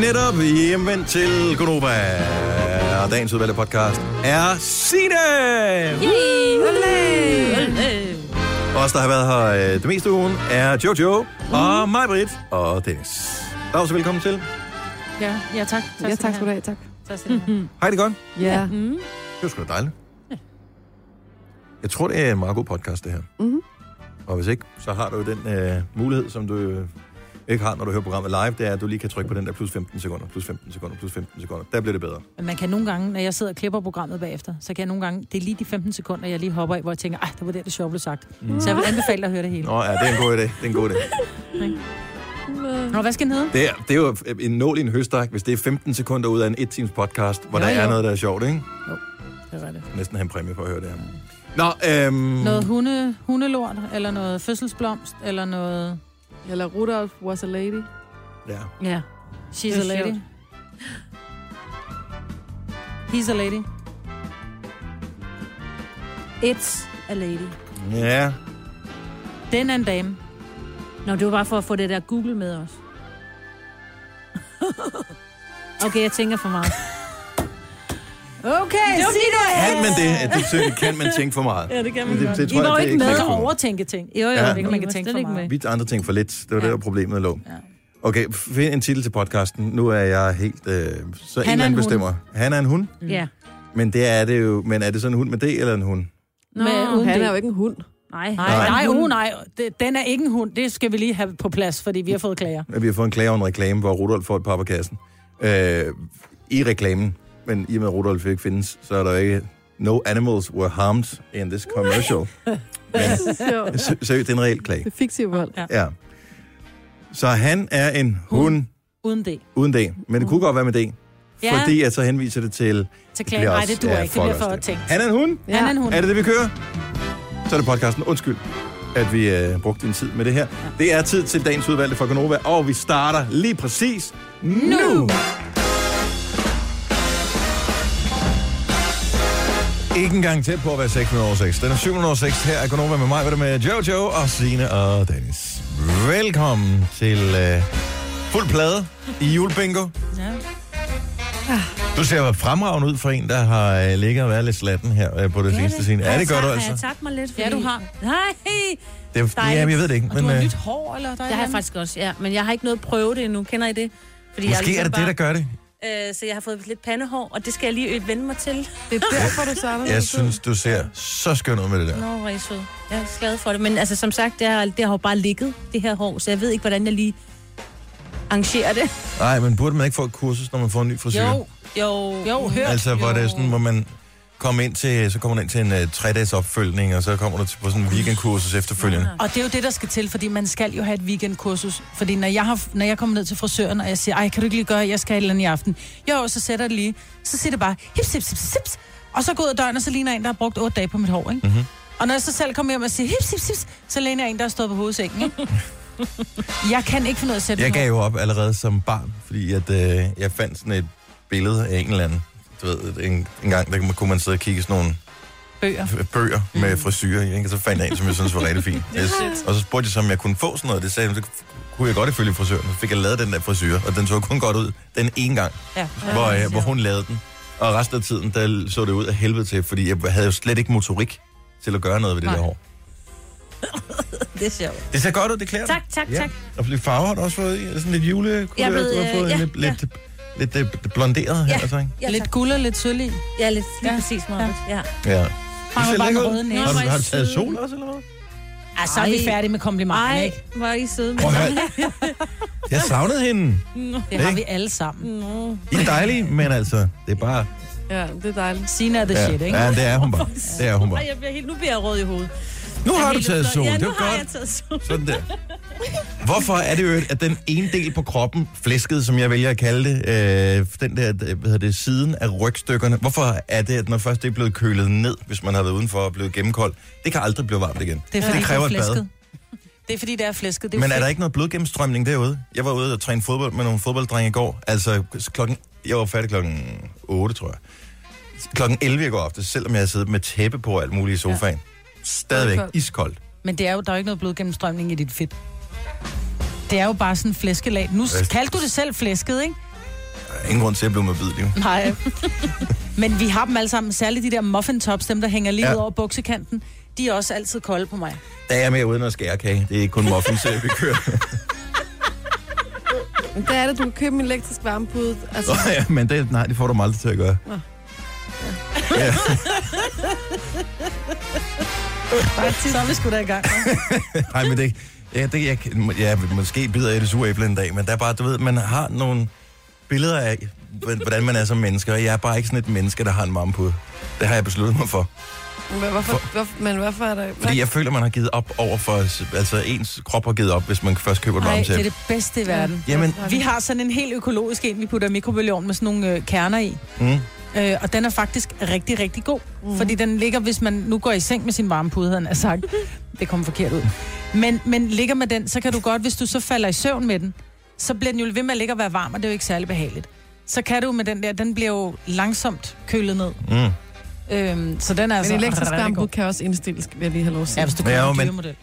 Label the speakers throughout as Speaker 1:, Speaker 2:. Speaker 1: netop hjemvendt til Gonova. Og dagens udvalgte podcast er Signe! Os, der har været her øh, det meste af ugen, er Jojo og mig, Britt og Dennis. Dag så velkommen til.
Speaker 2: Ja, ja tak.
Speaker 3: Ja, tak skal du have, tak.
Speaker 2: have.
Speaker 1: Hej, det er godt.
Speaker 3: Ja.
Speaker 2: Mm.
Speaker 1: Det var sgu da dejligt. Jeg tror, det er en meget god podcast, det her.
Speaker 3: Mhm.
Speaker 1: Og hvis ikke, så har du jo den øh, mulighed, som du øh, ikke har, når du hører programmet live, det er, at du lige kan trykke på den der plus 15 sekunder, plus 15 sekunder, plus 15 sekunder. Der bliver det bedre.
Speaker 2: Men man kan nogle gange, når jeg sidder og klipper programmet bagefter, så kan jeg nogle gange, det er lige de 15 sekunder, jeg lige hopper i, hvor jeg tænker, ej, det var der, det sjovt blev sagt.
Speaker 1: Mm.
Speaker 2: Mm. Så jeg vil anbefale dig at høre det hele.
Speaker 1: Nå, ja, det er en god idé. Det er en god idé.
Speaker 2: Nå, hvad skal den hedde?
Speaker 1: Det er, det er jo en nål i en høstak, hvis det er 15 sekunder ud af en 1 times podcast, hvor
Speaker 2: Jo,
Speaker 1: der er
Speaker 2: jo.
Speaker 1: noget, der er sjovt, ikke?
Speaker 2: Det er det.
Speaker 1: Næsten have en præmie for at høre det her. Nå, øhm,
Speaker 2: Mm. Noget hunde, hundelort, eller noget fødselsblomst, eller noget...
Speaker 3: Eller Rudolf was a lady.
Speaker 1: ja.
Speaker 2: Ja. She's a
Speaker 4: Det er
Speaker 2: lady.
Speaker 4: sjovt.
Speaker 2: He's a lady.
Speaker 4: It's a lady.
Speaker 1: ja,
Speaker 2: Den er en dame.
Speaker 4: Nå, det var bare for at få det der Google med os. okay, jeg tænker for meget.
Speaker 2: Okay, det sig det!
Speaker 1: kan man det? Ja, det, synes jeg, kan man tænke for meget.
Speaker 4: Ja, det kan
Speaker 1: Men det, det
Speaker 2: I var
Speaker 1: jeg,
Speaker 2: jo
Speaker 1: det er
Speaker 2: ikke med
Speaker 1: man
Speaker 2: at
Speaker 1: kan.
Speaker 2: overtænke ting.
Speaker 4: Jo, jo,
Speaker 1: Ja.
Speaker 4: ja.
Speaker 1: Det
Speaker 2: kan man ikke tænke for meget.
Speaker 1: Vi andre ting for lidt. Det var ja.
Speaker 2: Ja.
Speaker 1: der, problemet lå. Ja.
Speaker 2: Ja.
Speaker 1: Okay, find en titel til podcasten. Nu er jeg helt... Øh, så en eller
Speaker 2: er en
Speaker 1: anden
Speaker 2: hund.
Speaker 1: bestemmer. Han er en hund.
Speaker 4: Mm. Ja.
Speaker 1: Men det er det jo... Men er det sådan en hund med det eller en hund?
Speaker 4: Nå,
Speaker 2: Med uden-
Speaker 4: uden...
Speaker 3: Han
Speaker 2: det-
Speaker 3: er jo ikke en hund.
Speaker 4: Nej.
Speaker 2: Nej, nej,
Speaker 4: Hun-
Speaker 2: uh, nej. Det- Den er ikke en hund. Det skal vi lige have på plads, fordi vi har fået klager.
Speaker 1: At vi har fået en klage over en reklame, hvor Rudolf får et par på kassen. Øh, I reklamen. Men i og med, at Rudolf ikke findes, så er der jo ikke... No animals were harmed in this commercial.
Speaker 3: Sjovt.
Speaker 1: Så, seriøst, det er en reel klage.
Speaker 3: Det fik sig vold.
Speaker 1: Ja. Så han er en hund
Speaker 2: Uden det.
Speaker 1: uden det. Men det kunne godt være med det.
Speaker 2: Ja.
Speaker 1: Fordi at så henviser det til...
Speaker 2: Til
Speaker 1: Det
Speaker 2: klager.
Speaker 1: bliver
Speaker 2: Nej,
Speaker 1: også-
Speaker 2: det duer
Speaker 1: ja,
Speaker 2: ikke. Det bliver
Speaker 1: fuck
Speaker 2: for
Speaker 1: også
Speaker 2: tænkt.
Speaker 1: Han er en hund!
Speaker 2: Han er en hund.
Speaker 1: Er det det, vi kører? Så er det podcasten. Undskyld, at vi øh, brugte din tid med det her. Det er tid til dagens udvalgte fra Gonova, og vi starter lige præcis nu! nu.
Speaker 2: Nu.
Speaker 1: Ikke engang tæt på at være 6 minutter over 6. Den er 7 minutter over 6. Her er Gonova med mig, hvad er det med Jojo og Sine og Dennis. Velkommen til øh, fuld plade i julebingo. Ah.
Speaker 2: Ja.
Speaker 1: Du ser jo fremragende ud for en, der har øh, ligget og været lidt slatten her øh, på det seneste scene. Er det godt,
Speaker 4: Har jeg
Speaker 1: altså?
Speaker 4: tabt mig lidt?
Speaker 2: Ja, du har.
Speaker 4: Nej,
Speaker 1: Det er,
Speaker 4: Dejligt.
Speaker 1: jamen, jeg ved det ikke.
Speaker 2: Og du har
Speaker 1: øh,
Speaker 2: nyt hår, eller der er
Speaker 4: det har jeg faktisk også, ja. Men jeg har ikke noget at prøve det endnu. Kender I det? Fordi jeg
Speaker 1: Måske er det det, der gør det.
Speaker 4: der... Øh, så jeg har fået lidt pandehår, og det skal jeg lige ø- vende mig til.
Speaker 3: Det er derfor, du savner
Speaker 1: Jeg synes, du ser så skøn ud med det der.
Speaker 4: Nå, hvor er I søde. Jeg er så glad for det. Men altså, som sagt, det har, det har jo bare ligget, det her hår, så jeg ved ikke, hvordan jeg lige arrangerer det.
Speaker 1: Nej, men burde man ikke få et kursus, når man får en ny frisyr?
Speaker 2: Jo,
Speaker 4: Jo,
Speaker 2: jo, hør.
Speaker 1: Altså, hvor
Speaker 2: jo.
Speaker 1: det er sådan, hvor man kommer ind til, så kommer man ind til en uh, tre-dages opfølgning, og så kommer du til, på sådan en weekendkursus efterfølgende.
Speaker 2: Og det er jo det, der skal til, fordi man skal jo have et weekendkursus. Fordi når jeg, har, når jeg kommer ned til frisøren, og jeg siger, ej, kan du ikke lige gøre, jeg skal have et eller andet i aften. Jo, så sætter jeg det lige. Så siger det bare, hips, hips, hips, hips. Og så går jeg ud af døren, og så ligner jeg en, der har brugt otte dage på mit hår, ikke?
Speaker 1: Mhm.
Speaker 2: Mm-hmm. Og når jeg så selv kommer hjem og siger, hips, hips, hips, så ligner jeg en, der har stået på hovedsengen, ikke? jeg kan ikke finde ud af at sætte
Speaker 1: Jeg
Speaker 2: mit hår.
Speaker 1: gav jo op allerede som barn, fordi at, øh, jeg fandt sådan et billede af en eller anden. Du ved, en, en gang, der kunne man sidde og kigge i sådan nogle
Speaker 2: bøger.
Speaker 1: bøger med
Speaker 2: Mm.
Speaker 1: frisyrer i, ikke? og så fandt jeg en, som jeg synes var rigtig fin. Jeg, og så spurgte jeg, så, om jeg kunne få sådan noget. Det sagde hun, det kunne jeg godt ifølge frisøren. Så fik jeg lavet den der frisyr, og den så kun godt ud den ene gang,
Speaker 2: Ja.
Speaker 1: hvor,
Speaker 4: det er
Speaker 1: jeg, hvor
Speaker 4: sjovt.
Speaker 1: hun lavede den. Og resten af tiden, der så det ud af helvede til, fordi jeg havde jo slet ikke motorik til at gøre noget ved det
Speaker 2: Nej.
Speaker 1: der hår.
Speaker 4: det er sjovt.
Speaker 1: Det ser godt ud, det klæder dig.
Speaker 4: Tak, tak, tak.
Speaker 1: Og lidt farver har du også fået i. Sådan lidt julekulør,
Speaker 4: Jeg
Speaker 1: du
Speaker 4: er
Speaker 1: har
Speaker 4: blevet, øh,
Speaker 1: fået
Speaker 4: ja,
Speaker 1: lidt, lidt, lidt, øh, lidt blonderet her,
Speaker 4: Ja.
Speaker 1: altså, ikke?
Speaker 4: Ja,
Speaker 2: Lidt
Speaker 4: lidt,
Speaker 2: guld og lidt sølv i.
Speaker 4: ja, lidt lige
Speaker 2: Ja.
Speaker 4: præcis, Marvitt. Ja.
Speaker 1: Ja.
Speaker 2: Har
Speaker 1: Det ser
Speaker 2: man bare
Speaker 1: lækker
Speaker 2: den
Speaker 1: ud.
Speaker 2: røde næse.
Speaker 1: Har du, har du taget
Speaker 4: Søde.
Speaker 1: sol også, eller hvad?
Speaker 2: Ej, så er vi
Speaker 4: Ej.
Speaker 2: færdige med komplimenten,
Speaker 4: Ej,
Speaker 2: ikke?
Speaker 4: hvor er I søde.
Speaker 1: Prøv at høre. Jeg savnede hende.
Speaker 2: Det har vi alle sammen.
Speaker 1: I er dejlige, men altså, det er bare...
Speaker 3: Ja, det er dejligt.
Speaker 2: Sina er the
Speaker 1: Ja,
Speaker 2: shit, ikke?
Speaker 1: ja det er hun bare. Det er hun bare.
Speaker 4: Ej, jeg bliver helt, nu bliver jeg rød i hovedet.
Speaker 1: Nu
Speaker 4: Jeg
Speaker 1: har
Speaker 4: er
Speaker 1: du
Speaker 4: helt
Speaker 1: taget
Speaker 4: opstået.
Speaker 1: sol.
Speaker 4: Ja,
Speaker 1: Det
Speaker 4: nu
Speaker 1: var
Speaker 4: har jeg
Speaker 1: godt.
Speaker 4: taget sol.
Speaker 1: Sådan der. Hvorfor er det jo, at den ene del på kroppen, flæsket, som jeg vælger at kalde det, øh, den der, øh, hvad hedder det, siden af rygstykkerne, hvorfor er det, at når først det er blevet kølet ned, hvis man har været udenfor og blevet gennemkoldt, det kan aldrig blive varmt igen.
Speaker 2: Det er fordi,
Speaker 1: det kræver
Speaker 2: det
Speaker 1: et
Speaker 2: er
Speaker 1: bad.
Speaker 2: flæsket. Det er fordi, det er flæsket. Det er
Speaker 1: Men
Speaker 2: jo
Speaker 1: er der
Speaker 2: fedt.
Speaker 1: ikke noget blodgennemstrømning derude? Jeg var ude og træne fodbold med nogle fodbolddrenge i går. Altså klokken... Jeg var færdig klokken 8, tror jeg. Klokken 11 i går aftes, selvom jeg havde siddet med tæppe på og alt muligt i sofaen. Ja. Stadigvæk
Speaker 3: Koldt.
Speaker 1: iskoldt.
Speaker 2: Men det er jo, der er jo ikke noget blodgennemstrømning i dit fedt. Det er jo bare sådan flæskelag. Nu s- kaldte du det selv flæsket, ikke?
Speaker 1: ingen grund til at blive modbydelig.
Speaker 2: Nej. Men vi har dem alle sammen, særligt de der muffin tops, dem der hænger lige
Speaker 1: Ja.
Speaker 2: ja. ud over buksekanten. De er også altid kolde på mig.
Speaker 1: Der er jeg mere uden at skære kage. Det er ikke kun muffins, øh, vi kører.
Speaker 3: Men der er det, du kan købe en elektrisk varmepude. Altså,
Speaker 1: Nå, ja, men det, nej, det får du mig aldrig til at gøre. Ja.
Speaker 2: Så er vi sgu da i gang. hva'?
Speaker 1: Nej, men det, ja, det jeg, ja, måske bider jeg i det sure æble en dag, men der er bare, du ved, man har nogle billeder af, hvordan man er som menneske, og jeg er bare ikke sådan et menneske, der har en marmpude. Det har jeg besluttet mig for.
Speaker 3: men hvorfor, hvorfor, men hvorfor er der...
Speaker 1: Fordi jeg føler, man har givet op over for... Altså, ens krop har givet op, hvis man først køber et
Speaker 2: Nej, det er
Speaker 1: varmtæppe.
Speaker 2: det bedste i verden.
Speaker 1: Jamen,
Speaker 2: Vi har sådan en helt økologisk en, vi putter i mikrobølgeovnen med sådan nogle øh, kerner i.
Speaker 1: mm,
Speaker 2: Øh, og den er faktisk rigtig, rigtig god. Mm. Fordi den ligger, hvis man nu går i seng med sin varmepude, havde han sagt. det kom forkert ud. Men, men ligger med den, så kan du godt, hvis du så falder i søvn med den, så bliver den jo ved med at ligge og være varm, og det er jo ikke særlig behageligt. Så kan du med den der, den bliver jo langsomt kølet ned.
Speaker 1: mm.
Speaker 2: Øhm, så den er
Speaker 3: Men
Speaker 2: altså
Speaker 3: en elektrisk
Speaker 2: rigtig
Speaker 3: varmepude
Speaker 2: god.
Speaker 3: kan også indstilles, vil jeg lige have lov at sige.
Speaker 2: Ja, hvis du
Speaker 1: Men jeg er
Speaker 2: køber
Speaker 1: jo
Speaker 2: en
Speaker 1: men-
Speaker 2: dyremodel.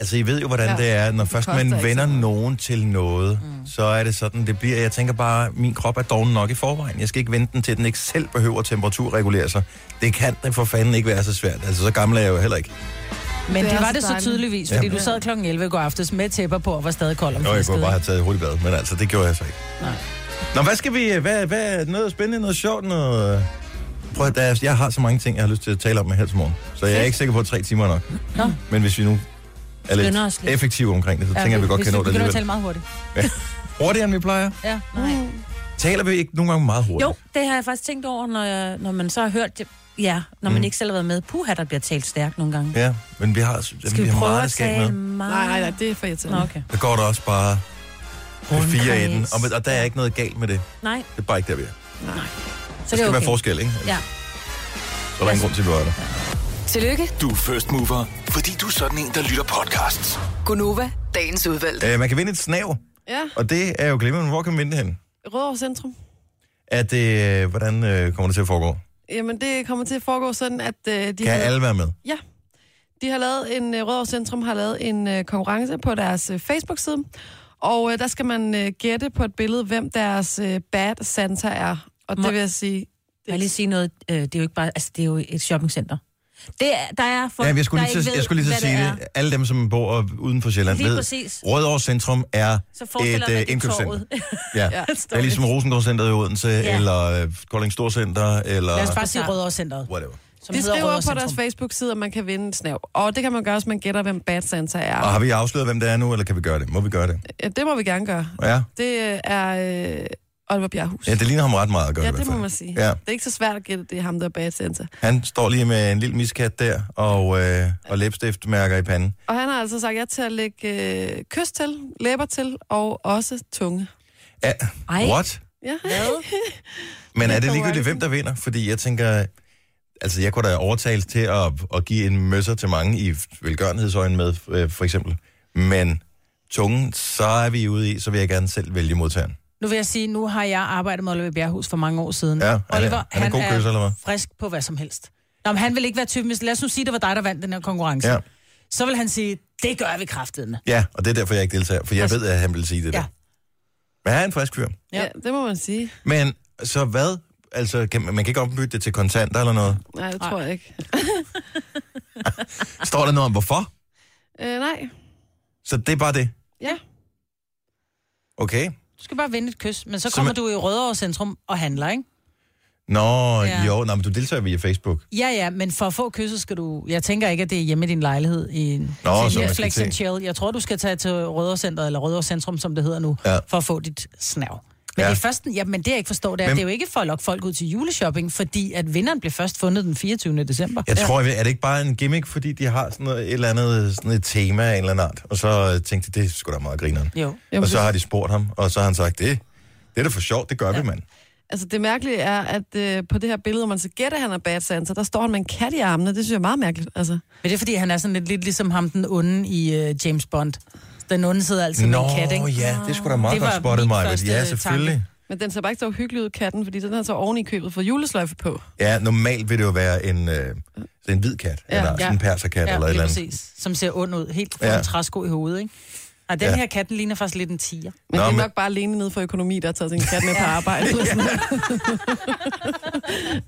Speaker 1: Altså, I ved jo, hvordan ja.
Speaker 3: Ja.
Speaker 1: det er. Når
Speaker 3: Det
Speaker 1: først
Speaker 3: koster
Speaker 1: man
Speaker 3: ikke så
Speaker 1: vender
Speaker 3: meget.
Speaker 1: nogen til noget, mm. så er det sådan, det bliver... Jeg tænker bare, min krop er doven nok i forvejen. Jeg skal ikke vente den til, den ikke selv behøver at temperaturregulere sig. Det kan da for fanden ikke være så svært. Altså, så gammel er jeg jo heller ikke.
Speaker 2: Men
Speaker 3: Det
Speaker 2: det,
Speaker 3: er
Speaker 2: var
Speaker 3: så
Speaker 2: det så
Speaker 3: dejligt.
Speaker 2: tydeligvis, fordi
Speaker 1: Jamen.
Speaker 2: du sad kl. 11 i går aftes med tæpper på og var stadig kold om
Speaker 1: Nå, jeg kunne
Speaker 2: flæsket,
Speaker 1: bare
Speaker 2: ikke?
Speaker 1: have taget et hurtigt bad, men altså, det gjorde jeg så ikke.
Speaker 2: Nej.
Speaker 1: Nå, hvad skal vi... Hvad, hvad er noget spændende, noget sjovt, noget... Prøv at, der er- jeg har så mange ting, jeg har lyst til at tale om her til morgen. Så jeg er ikke sikker på, at tre timer er nok.
Speaker 4: Nå.
Speaker 1: Men hvis vi nu er lidt
Speaker 4: Skynder os lidt.
Speaker 1: effektive omkring det, så tænker jeg, at vi godt
Speaker 2: hvis
Speaker 1: kan nå det
Speaker 2: Hvis du begynder at
Speaker 1: alligevel.
Speaker 2: tale meget hurtigt.
Speaker 1: Hurtigere, end vi plejer.
Speaker 2: Ja, nej.
Speaker 4: Nej.
Speaker 1: Taler vi ikke nogle gange meget hurtigt?
Speaker 4: Mm. Jo, det har jeg faktisk tænkt over, når, jeg, når man så har hørt det. Ja, når man
Speaker 1: Mm.
Speaker 4: mm. ikke selv har været med. Puha, der bliver talt stærkt nogle gange.
Speaker 1: Ja, men vi har, jamen,
Speaker 4: Skal
Speaker 1: vi
Speaker 4: vi
Speaker 1: har
Speaker 4: prøve
Speaker 1: meget,
Speaker 4: at
Speaker 1: at skabe med.
Speaker 4: tale meget?
Speaker 3: Nej, nej, nej, det er for
Speaker 4: Nå,
Speaker 3: irriterende.
Speaker 4: okay.
Speaker 1: Der går der også bare det fire i den,
Speaker 4: Rundkreds.
Speaker 1: og, men- og der er ikke noget galt med det.
Speaker 4: Nej,
Speaker 1: Det er bare ikke der, vi er.
Speaker 4: så
Speaker 1: Der
Speaker 4: det
Speaker 1: skal
Speaker 4: er
Speaker 1: okay.
Speaker 4: okay.
Speaker 1: være forskel, ikke?
Speaker 4: Ja.
Speaker 1: Så er der ingen grund til, at vi var der.
Speaker 5: Tillykke,
Speaker 6: Du er first mover, fordi du er sådan en, der lytter podcasts.
Speaker 5: Gunova, dagens udvalgte.
Speaker 1: Øh, man kan vinde et snav,
Speaker 3: Ja,
Speaker 1: og det er jo glimrende. Hvor kan man vinde det hen?
Speaker 3: Rødovre Centrum.
Speaker 1: Er det, øh, hvordan øh, kommer det til at foregå?
Speaker 3: Jamen, det kommer til at foregå sådan, at øh, de,
Speaker 1: Kan
Speaker 3: har,
Speaker 1: alle være med?
Speaker 3: ja, de har lavet en, øh, Rødovre Centrum har lavet en øh, konkurrence på deres øh, Facebook-side, og øh, der skal man øh, gætte på et billede, hvem deres øh, bad Santa er. Og
Speaker 4: Må-
Speaker 3: det vil jeg sige,
Speaker 4: Må Jeg lige sige noget. Øh, det er jo ikke bare, altså, det er jo et shoppingcenter. Det er, der er folk,
Speaker 1: Ja, men jeg skulle
Speaker 4: der
Speaker 1: lige til,
Speaker 4: ikke ved,
Speaker 1: jeg skulle lige til at
Speaker 4: hvad
Speaker 1: sige det.
Speaker 4: er.
Speaker 1: Alle dem, som bor øh, uden for Sjælland,
Speaker 4: Lige
Speaker 1: ved,
Speaker 4: præcis.
Speaker 1: Rødovre Centrum er
Speaker 4: Så forestiller
Speaker 1: et øh,
Speaker 4: man det
Speaker 1: indkøbscenter.
Speaker 4: torvet.
Speaker 1: Ja.
Speaker 3: Ja.
Speaker 1: Det er ligesom Rosengårdscenteret i Odense, ja. eller øh, Kolding Storcenter, eller
Speaker 2: Lad os bare sige Rødovre Centeret,
Speaker 1: whatever.
Speaker 2: som
Speaker 3: de
Speaker 2: hedder
Speaker 3: skriver
Speaker 2: Rødovre
Speaker 3: på deres
Speaker 2: Centrum.
Speaker 3: Facebook-side, at man kan vinde en snav. Og det kan man gøre, hvis man gætter, hvem bad Santa er.
Speaker 1: Og har vi afsløret, hvem det er nu, eller kan vi gøre det? Må vi gøre det?
Speaker 3: Ja, det må vi gerne gøre.
Speaker 1: Ja,
Speaker 3: Det øh, er øh, Oliver Bjerghus.
Speaker 1: ja det ligner ham ret meget at gøre
Speaker 3: ja,
Speaker 1: i hvert
Speaker 3: det må
Speaker 1: fald.
Speaker 3: man sige.
Speaker 1: Ja.
Speaker 3: Det er ikke så svært at gætte, det er ham, der er bad Santa.
Speaker 1: Han står lige med en lille miskat der, og, øh, og læbstiftmærker i panden.
Speaker 3: Og han har altså sagt ja til at lægge øh, kys til, læber til og også tunge.
Speaker 1: Ja,
Speaker 4: Ej.
Speaker 1: what?
Speaker 3: Ja.
Speaker 1: Men er
Speaker 3: Det
Speaker 1: det
Speaker 3: er
Speaker 1: ligegyldigt, hvem der vinder? Fordi jeg tænker, altså jeg kunne da overtales til at, at give en møsser til mange i velgørenhedsøjen med, øh, for eksempel. Men tungen, så er vi ude i, så vil jeg gerne selv vælge modtageren.
Speaker 2: Nu vil jeg sige, nu har jeg arbejdet med Oliver Bjerghus for mange år siden.
Speaker 1: Ja, han er-
Speaker 2: Oliver,
Speaker 1: han er god kysser, eller hvad?
Speaker 2: frisk på hvad som helst. Nå, men han vil ikke være typen, hvis lad os nu sige, det var dig, der vandt den her konkurrence.
Speaker 1: Ja.
Speaker 2: Så vil han sige, det gør vi kraftedende.
Speaker 1: Ja, og det er derfor, jeg ikke deltager, for jeg ved, at han vil sige det der.
Speaker 2: Ja.
Speaker 1: Men han er en frisk fyr.
Speaker 3: ja. ja, det må man sige.
Speaker 1: Men så hvad? Altså, kan, man kan ikke ombytte det til kontanter eller noget?
Speaker 3: Nej, det tror jeg ikke.
Speaker 1: Står der noget om hvorfor?
Speaker 3: Øh, nej,
Speaker 1: Så det er bare det.
Speaker 3: ja.
Speaker 1: Okay.
Speaker 2: Du skal bare vinde et kys, men så
Speaker 1: Så
Speaker 2: kommer
Speaker 1: man-
Speaker 2: du i Rødovre Centrum og handler, ikke?
Speaker 1: Nå, ja.
Speaker 2: Ja.
Speaker 1: jo. Nå, men du deltager via Facebook.
Speaker 2: Ja, ja, men for at få kysset skal du... Jeg tænker ikke, at det er hjemme i din lejlighed i en
Speaker 1: Nå, så
Speaker 2: til
Speaker 1: man skal
Speaker 2: Netflix
Speaker 1: til-
Speaker 2: and Chill. Jeg tror, du skal tage til Rødovre Centret, eller Rødovre Centrum, som det hedder nu,
Speaker 1: Ja.
Speaker 2: ja. for at få dit snav. Men,
Speaker 1: Ja.
Speaker 2: ja. det første, ja, men det, jeg ikke forstår, det er,
Speaker 1: Men-
Speaker 2: men... det er jo ikke for at lokke folk ud til juleshopping, fordi at vinderen blev først fundet den 24. december.
Speaker 1: Jeg tror, jeg ved, er det ikke bare en gimmick, fordi de har sådan noget, et eller andet sådan et tema af en eller anden art? Og så øh, tænkte de, det er sgu da meget grineren.
Speaker 2: Jo.
Speaker 3: Jamen,
Speaker 1: og så
Speaker 3: det-
Speaker 1: har de spurgt ham, og så har han sagt, det, det er da for sjovt, det gør ja. vi, mand.
Speaker 3: Altså, det mærkelige er, at øh, på det her billede, hvor man så gætter, han er bad Santa, der står han med en kat i armene. Det synes jeg er meget mærkeligt, altså.
Speaker 2: Men det er, fordi han er sådan lidt, lidt ligesom ham, den onde i uh, James Bond. Den onde sidder altid
Speaker 1: Nå,
Speaker 2: med en kat, ikke?
Speaker 1: ja, det skulle da meget
Speaker 2: Det
Speaker 1: godt
Speaker 2: var
Speaker 1: spottet
Speaker 2: min
Speaker 1: mig.
Speaker 2: første
Speaker 1: Ja,
Speaker 2: tanke.
Speaker 1: selvfølgelig.
Speaker 3: Men den ser bare ikke så uhyggelig ud, katten, fordi den har så oven i købet for julesløjfe på.
Speaker 1: Ja, normalt vil det jo være en, øh, en hvid kat, ja,
Speaker 3: Ja,
Speaker 1: eller ja.
Speaker 3: ja.
Speaker 1: sådan en perserkat, ja,
Speaker 2: Ja,
Speaker 1: eller et
Speaker 2: lige
Speaker 1: eller andet.
Speaker 2: præcis. Som ser ond ud. Helt
Speaker 1: Ja.
Speaker 2: ja. en træsko i hovedet, ikke? Nej, den
Speaker 1: Ja.
Speaker 2: ja. her kat, den ligner faktisk lidt en tiger.
Speaker 3: Men
Speaker 1: Nå,
Speaker 3: Nå, det er
Speaker 1: men-
Speaker 3: nok bare alene nede for økonomi, der har taget sin kat med på arbejde. Eller sådan noget.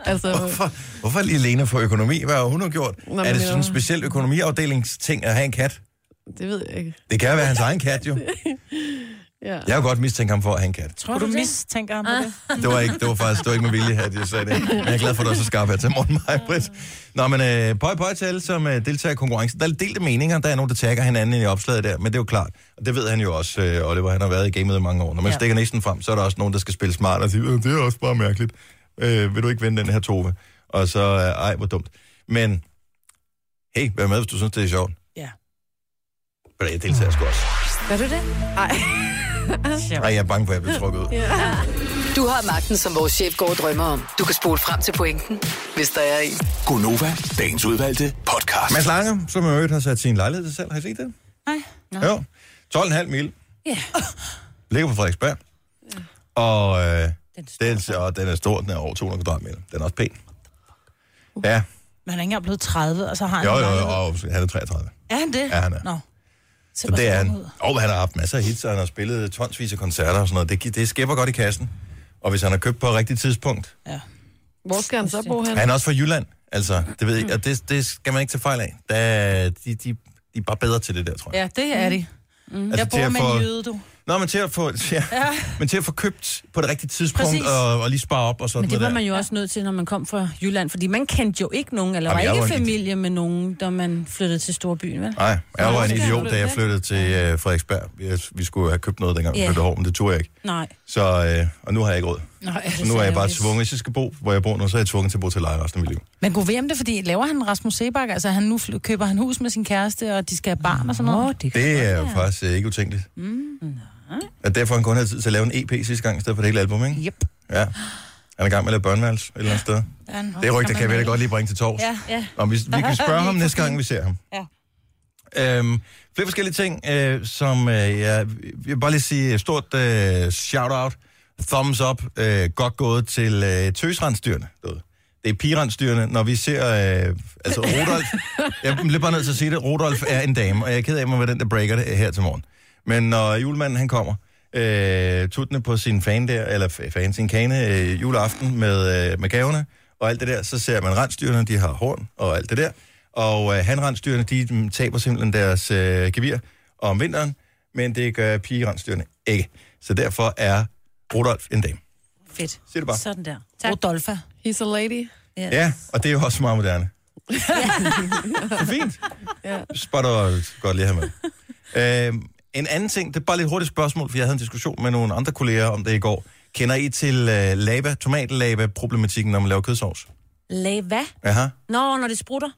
Speaker 3: altså,
Speaker 1: Hvorfor, hvorfor lige Lena for økonomi? Hvad har hun nu gjort?
Speaker 3: Nå, men
Speaker 1: er det
Speaker 3: det
Speaker 1: sådan en
Speaker 3: var-
Speaker 1: speciel økonomiafdelingsting at have en kat?
Speaker 3: det ved jeg ikke.
Speaker 1: Det kan jo være hans egen kat, jo.
Speaker 3: Ja.
Speaker 1: Jeg har godt mistænkt ham for at have en kat.
Speaker 2: Tror du, du mistænker ham på det? Ah.
Speaker 1: Det var, ikke, det var faktisk det var ikke med vilje, at jeg sagde det. Men jeg er glad for, at du er så skarp her til morgen, Maja Britt. Nå, men øh, pøj, pøj til alle, som øh, deltager i konkurrencen. Der er delte meninger. Der er nogen, der tagger hinanden i opslaget der, men det er jo klart. Og det ved han jo også, øh, Oliver. Han har været i gamet i mange år. Når man ja.
Speaker 2: Ja.
Speaker 1: stikker næsten frem, så er der også nogen, der skal spille smart og sige, "Øh, det er også bare mærkeligt. Øh, vil du ikke vende den her, Tove? Og så, øh, ej, hvor dumt. Men hey, vær med, hvis du synes, det er sjovt.
Speaker 2: Ja.
Speaker 1: Men jeg deltager sgu også.
Speaker 5: Gør du det?
Speaker 2: Ah.
Speaker 1: Ej, jeg er bange for, at jeg bliver trukket ud.
Speaker 5: Du har magten, som vores chef går og drømmer om. Du kan spole frem til pointen, hvis der er en.
Speaker 6: Gonova, dagens udvalgte podcast.
Speaker 1: Mads Lange, som i øvrigt har sat sin lejlighed til salg. Har I set det?
Speaker 2: Nej.
Speaker 1: Jo. 12,5 mil.
Speaker 4: Ja.
Speaker 1: Ligger på Frederiksberg. Og, øh,
Speaker 4: Den står
Speaker 1: den, og den er stor. Den er over 200 kvadratmeter. Den er også pæn. Ja,
Speaker 2: Men han er ikke engang blevet 30, og så har han...
Speaker 1: jo,
Speaker 2: en
Speaker 1: jo, jo,
Speaker 2: lejlighed.
Speaker 1: og han er 33.
Speaker 2: Er han det?
Speaker 1: Ja, han er.
Speaker 2: Nå.
Speaker 1: Så det er han. Og han har haft masser af hits, og han har spillet tonsvis af koncerter og sådan noget. Det, gi- det skæpper godt i kassen. Og hvis han har købt på rigtigt tidspunkt.
Speaker 2: Ja.
Speaker 3: Hvor skal han så bo hen?
Speaker 1: Han er også fra Jylland. Altså, det ved jeg, og det, det skal man ikke tage fejl af. Der, de, de, de er bare bedre til det der, tror jeg.
Speaker 2: Ja, det er de. Mm.
Speaker 1: Altså,
Speaker 2: Jeg
Speaker 1: til
Speaker 2: bor
Speaker 1: at
Speaker 2: med
Speaker 1: få-
Speaker 2: en jøde, du.
Speaker 1: Nå, men til at få, ja, ja. men til at få købt på det rigtige tidspunkt
Speaker 2: Præcis.
Speaker 1: og, og lige spare op og sådan
Speaker 4: Men det var
Speaker 1: noget
Speaker 4: man jo også nødt til, når man kom fra Jylland, fordi man kendte jo ikke nogen, eller
Speaker 1: Jamen,
Speaker 4: var
Speaker 1: jeg var
Speaker 4: ikke
Speaker 1: en-
Speaker 4: familie med nogen, da man flyttede til Storbyen, vel?
Speaker 1: der. Nej, jeg var en
Speaker 3: Hvorfor
Speaker 1: idiot,
Speaker 3: skal
Speaker 1: da jeg
Speaker 3: du
Speaker 1: flyttede til øh, Frederiksberg. Vi, vi skulle have købt noget, dengang vi
Speaker 4: Ja.
Speaker 1: flyttede over, men det tog jeg ikke.
Speaker 4: Nej.
Speaker 1: Så, øh, og nu har jeg ikke råd.
Speaker 4: Nej
Speaker 1: Så nu er jeg bare tvunget. Hvis jeg skal bo, hvor jeg bor nu, så er jeg tvunget til at bo til leje resten af mit liv.
Speaker 2: Men god ved om det, fordi laver han Rasmus Sebak, altså han nu fly- køber han hus med sin kæreste, og de skal have barn og sådan noget.
Speaker 4: det
Speaker 1: Det er jo faktisk øh, ikke utænkeligt. Mm. At derfor han kun havde tid til at lave en EP sidste gang, i stedet for det hele album, ikke?
Speaker 2: Yep.
Speaker 1: Ja. Han er i gang med at lave børneværelse et eller andet sted.
Speaker 2: Ja, nå,
Speaker 1: Det rygte
Speaker 2: så
Speaker 1: kan vi
Speaker 2: man-
Speaker 1: da godt lige bringe til tors.
Speaker 2: Ja, ja.
Speaker 1: Om vi, vi kan spørge ham næste gang, vi ser ham. Ja. Øhm, flere forskellige ting, øh, som øh, jeg, jeg vil bare lige sige et stort øh, shout-out, thumbs up, øh, godt gået til øh, tøsrensdyrene. derude. Det er pigerensdyrene, når vi ser... Øh, altså Rodolf... jeg bliver bare nødt til at sige det. Rodolf er en dame, og jeg er ked af mig med den, der breaker det her til morgen. Men når julemanden han kommer, øh, tuttende på sin fan der, eller f- fan sin kane øh, juleaften med, øh, med gaverne, og alt det der, så ser man rensdyrene, de har horn og alt det der. Og øh, hanrensdyrene, de mm, taber simpelthen deres øh, gevir om vinteren, men det gør pigerensdyrene ikke. Så derfor er Rodolf en dame.
Speaker 4: Fedt.
Speaker 1: Sig det bare.
Speaker 4: Sådan der. Tak.
Speaker 2: Rodolfa.
Speaker 3: He's a lady.
Speaker 4: Yes.
Speaker 1: Ja, og det er jo også meget moderne. det er fint.
Speaker 3: Ja.
Speaker 1: Spotter godt lige her med. Øhm, en anden ting, det er bare lidt hurtigt spørgsmål, for jeg havde en diskussion med nogle andre kolleger om det i går. Kender I til uh, lava, tomatlava-problematikken, når man laver kødsovs?
Speaker 4: Lag hvad?
Speaker 1: Aha.
Speaker 4: Nå, når det sprutter.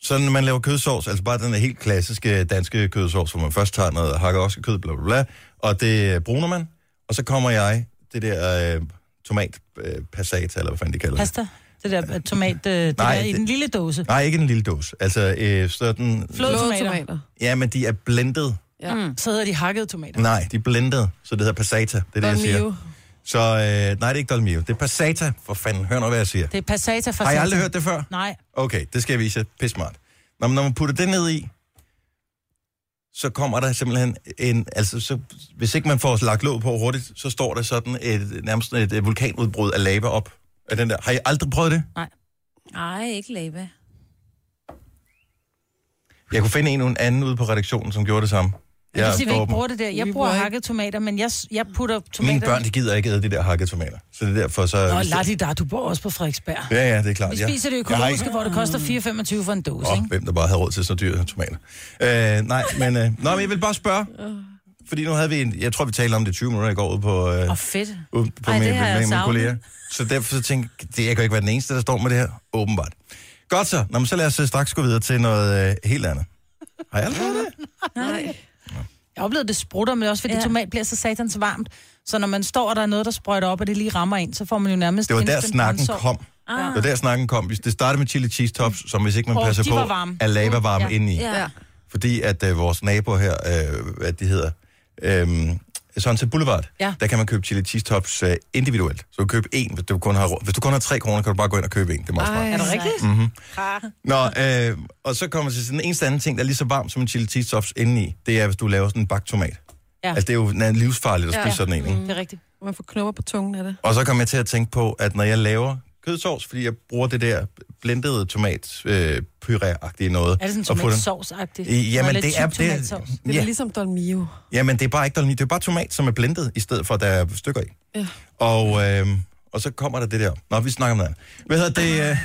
Speaker 1: Sådan, når man laver kødsovs, altså bare den der helt klassiske danske kødsovs, hvor man først tager noget hakker også kød, bla bla bla, og det øh, bruner man, og så kommer jeg, det der øh, tomat øh, passata, eller hvad fanden de kalder det.
Speaker 2: Pasta. Det der øh, tomat, øh, det
Speaker 1: Nej,
Speaker 2: der i
Speaker 1: det-
Speaker 2: den lille dåse.
Speaker 1: Nej, ikke en lille dåse. Altså øh, sådan...
Speaker 2: Blodtomater.
Speaker 3: Blodtomater.
Speaker 1: Ja, men de er blendet.
Speaker 3: Ja. Mm.
Speaker 2: Så hedder de hakkede tomater.
Speaker 1: Nej, de er blendet, så det hedder passata. Det er det, jeg siger. Så øh, nej, det er ikke Dolmio. Det er passata. For fanden, hør nu, hvad jeg siger.
Speaker 2: Det er passata fra
Speaker 1: Har I
Speaker 2: Santa.
Speaker 1: aldrig hørt det før?
Speaker 2: Nej.
Speaker 1: Okay, det skal jeg vise jer. Pis smart. Når, når man putter det ned i, så kommer der simpelthen en... Altså, så, hvis ikke man får lagt låg på hurtigt, så står der sådan et, nærmest et, et vulkanudbrud af lava op. Af den der. Har I aldrig prøvet det?
Speaker 4: Nej, ikke lava.
Speaker 1: Jeg kunne finde en eller anden ude på redaktionen, som gjorde det samme.
Speaker 2: Jeg vil sige, vi ikke
Speaker 1: åben.
Speaker 2: bruger det der. Jeg
Speaker 3: Vi
Speaker 2: bruger
Speaker 3: bruger ikke-
Speaker 2: hakkede tomater, men jeg, s- jeg putter tomater...
Speaker 1: Mine børn, de gider ikke æde de der hakkede tomater. Så det er derfor, så...
Speaker 2: Nå, lad de der, du bor også på Frederiksberg.
Speaker 1: Ja, ja, det er klart.
Speaker 2: Vi
Speaker 1: ja.
Speaker 2: spiser det
Speaker 1: Jeg har
Speaker 2: økologiske,
Speaker 1: ikke-
Speaker 2: hvor det koster 4,25 for en dåse,
Speaker 1: Åh,
Speaker 2: ikke?
Speaker 1: hvem der bare havde råd til så dyre tomater. Øh, nej, men, øh, nej, men jeg vil bare spørge. Fordi nu havde vi en, jeg tror, vi talte om det 20 minutter i går ude på, øh,
Speaker 4: Og fedt.
Speaker 1: ude på
Speaker 4: Ej,
Speaker 1: Ej,
Speaker 4: det
Speaker 1: med,
Speaker 4: har jeg
Speaker 1: med, mine
Speaker 4: savnet.
Speaker 1: kolleger. Så derfor så tænkte jeg, det- jeg kan jo ikke være den eneste, der står med det her. Åbenbart. Godt så. Nå, men så lad os øh, straks gå videre til noget øh, helt andet. Har jeg allerede det?
Speaker 3: Nej.
Speaker 2: Jeg oplevede, det sprutter, men også fordi ja.
Speaker 4: Ja.
Speaker 2: tomat bliver så satans varmt. Så når man står, og der er noget, der sprøjter op, og det lige rammer ind, så får man jo nærmest...
Speaker 1: Det var der
Speaker 2: instant
Speaker 1: snakken
Speaker 2: brændsår.
Speaker 1: kom.
Speaker 4: Ah.
Speaker 1: Det var der snakken kom. Hvis Det startede med chili cheese tops, som hvis ikke man
Speaker 2: Ah. Åh,
Speaker 1: passer
Speaker 2: de
Speaker 1: på,
Speaker 2: var varme.
Speaker 1: er lavavarme
Speaker 2: Ja.
Speaker 1: indeni.
Speaker 4: Ja.
Speaker 3: Ja.
Speaker 1: Fordi at øh, vores nabo her, øh, hvad de hedder, øh, Sunset Boulevard,
Speaker 2: Ja.
Speaker 1: der kan man købe chili cheese tops øh, individuelt. Så du kan købe en, hvis du kun har, råd- hvis du kun har 3 kroner, kan du bare gå ind og købe en. Det er meget smart.
Speaker 3: Ej,
Speaker 2: Er det rigtigt?
Speaker 1: Mm. Nå, øh, og så kommer til sådan en eneste anden ting, der er lige så varm som en chili cheese tops indeni. Det er, hvis du laver sådan en bagt tomat. Ja.
Speaker 2: Ja.
Speaker 1: Altså, det er jo nær- livsfarligt at spise
Speaker 3: Ja.
Speaker 1: ja. sådan en, ikke?
Speaker 2: Det er rigtigt.
Speaker 3: man får knopper på tungen af det.
Speaker 1: Og så kom jeg til at tænke på, at når jeg laver kødsovs, fordi jeg bruger det der blendede tomat øh, puré-agtige noget.
Speaker 2: Er det sådan
Speaker 1: og putter-
Speaker 2: en sovsagtigt?
Speaker 1: I- Jamen, det er, det, er-
Speaker 3: Det er
Speaker 1: ja,
Speaker 3: yeah. ligesom Don Mio.
Speaker 1: jamen, det er bare ikke dolmi. Det er bare tomat, som er blendet, i stedet for, at der er stykker i.
Speaker 3: Ja.
Speaker 1: Og, øh, og så kommer der det der. Nå, vi snakker om det. andet. Hvad hedder det? Øh...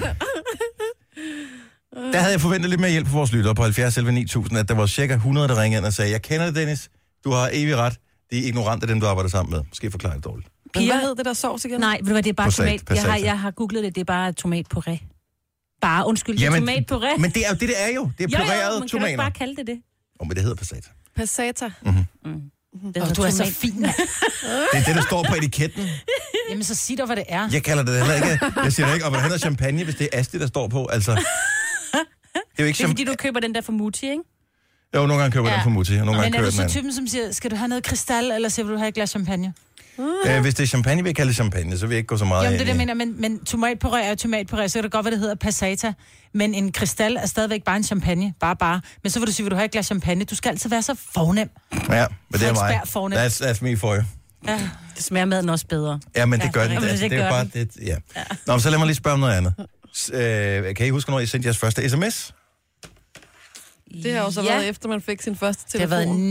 Speaker 1: Der havde jeg forventet lidt mere hjælp fra vores lyttere på 70 11 9000, at der var cirka 100, der ringede ind og sagde, jeg kender det, Dennis. Du har evig ret. De er ignorante, dem du arbejder sammen med. Måske forklare det dårligt.
Speaker 3: Men
Speaker 4: Piger-
Speaker 3: hvad hed det der sovs igen?
Speaker 4: Nej, ved du hvad, det er bare
Speaker 1: Passat,
Speaker 4: tomat. Jeg har,
Speaker 1: passat.
Speaker 4: jeg har googlet det, det er bare tomatpuré. Bare, undskyld, det er tomatpuré.
Speaker 1: men det er jo det, det er jo. Det er
Speaker 4: jo, jo,
Speaker 1: pureret
Speaker 4: man kan da
Speaker 1: tomater.
Speaker 4: ikke bare kalde det det.
Speaker 1: Åh, men det hedder passat.
Speaker 3: Passata.
Speaker 2: Mm.
Speaker 4: det
Speaker 2: Og du er så fin, mand.
Speaker 1: Det er det, der står på etiketten.
Speaker 2: Jamen, så sig dog, hvad det er.
Speaker 1: Jeg kalder det heller ikke. Jeg siger da ikke, om han har champagne, hvis det er Asti, der står på. Altså, det er jo ikke
Speaker 4: Det er fordi,
Speaker 1: champagne.
Speaker 4: du køber den der for Muti, ikke?
Speaker 1: Jo, nogle gange køber jeg
Speaker 4: Ja.
Speaker 1: den for Mutti, og nogle gange
Speaker 2: Men er
Speaker 1: køber
Speaker 2: du
Speaker 1: jeg den
Speaker 2: så
Speaker 1: anden.
Speaker 2: typen, som siger, skal du have noget kristal, eller siger, vil du have et glas champagne?
Speaker 1: Øh, hvis det er champagne, vil jeg kalde det champagne, så vil jeg ikke gå så meget
Speaker 2: Jamen, det er det,
Speaker 1: ind
Speaker 2: jeg
Speaker 1: i.
Speaker 2: mener, men, men tomatpuré er jo tomatpuré, så kan det godt være, det hedder passata. Men en kristal er stadigvæk bare en champagne. Bare, bare. Men så vil du sige, vil du have et glas champagne? Du skal altid være så fornem.
Speaker 1: Ja, men det er mig.
Speaker 2: Frederiksberg fornem.
Speaker 1: That's, that's me for you.
Speaker 2: Ja.
Speaker 4: Det smager maden også bedre.
Speaker 1: Ja, men det
Speaker 4: Ja,
Speaker 1: gør den.
Speaker 4: men det
Speaker 1: Altså, det er
Speaker 4: gør
Speaker 1: jo bare...
Speaker 4: den.
Speaker 1: Det, ja. Nå, men så lad mig lige spørge om noget andet. S- øh, kan I huske, når I sendte jeres første sms?
Speaker 3: Det har jo så
Speaker 4: Ja.
Speaker 3: ja. været efter, man fik sin første
Speaker 2: Det har
Speaker 3: telefon.
Speaker 2: været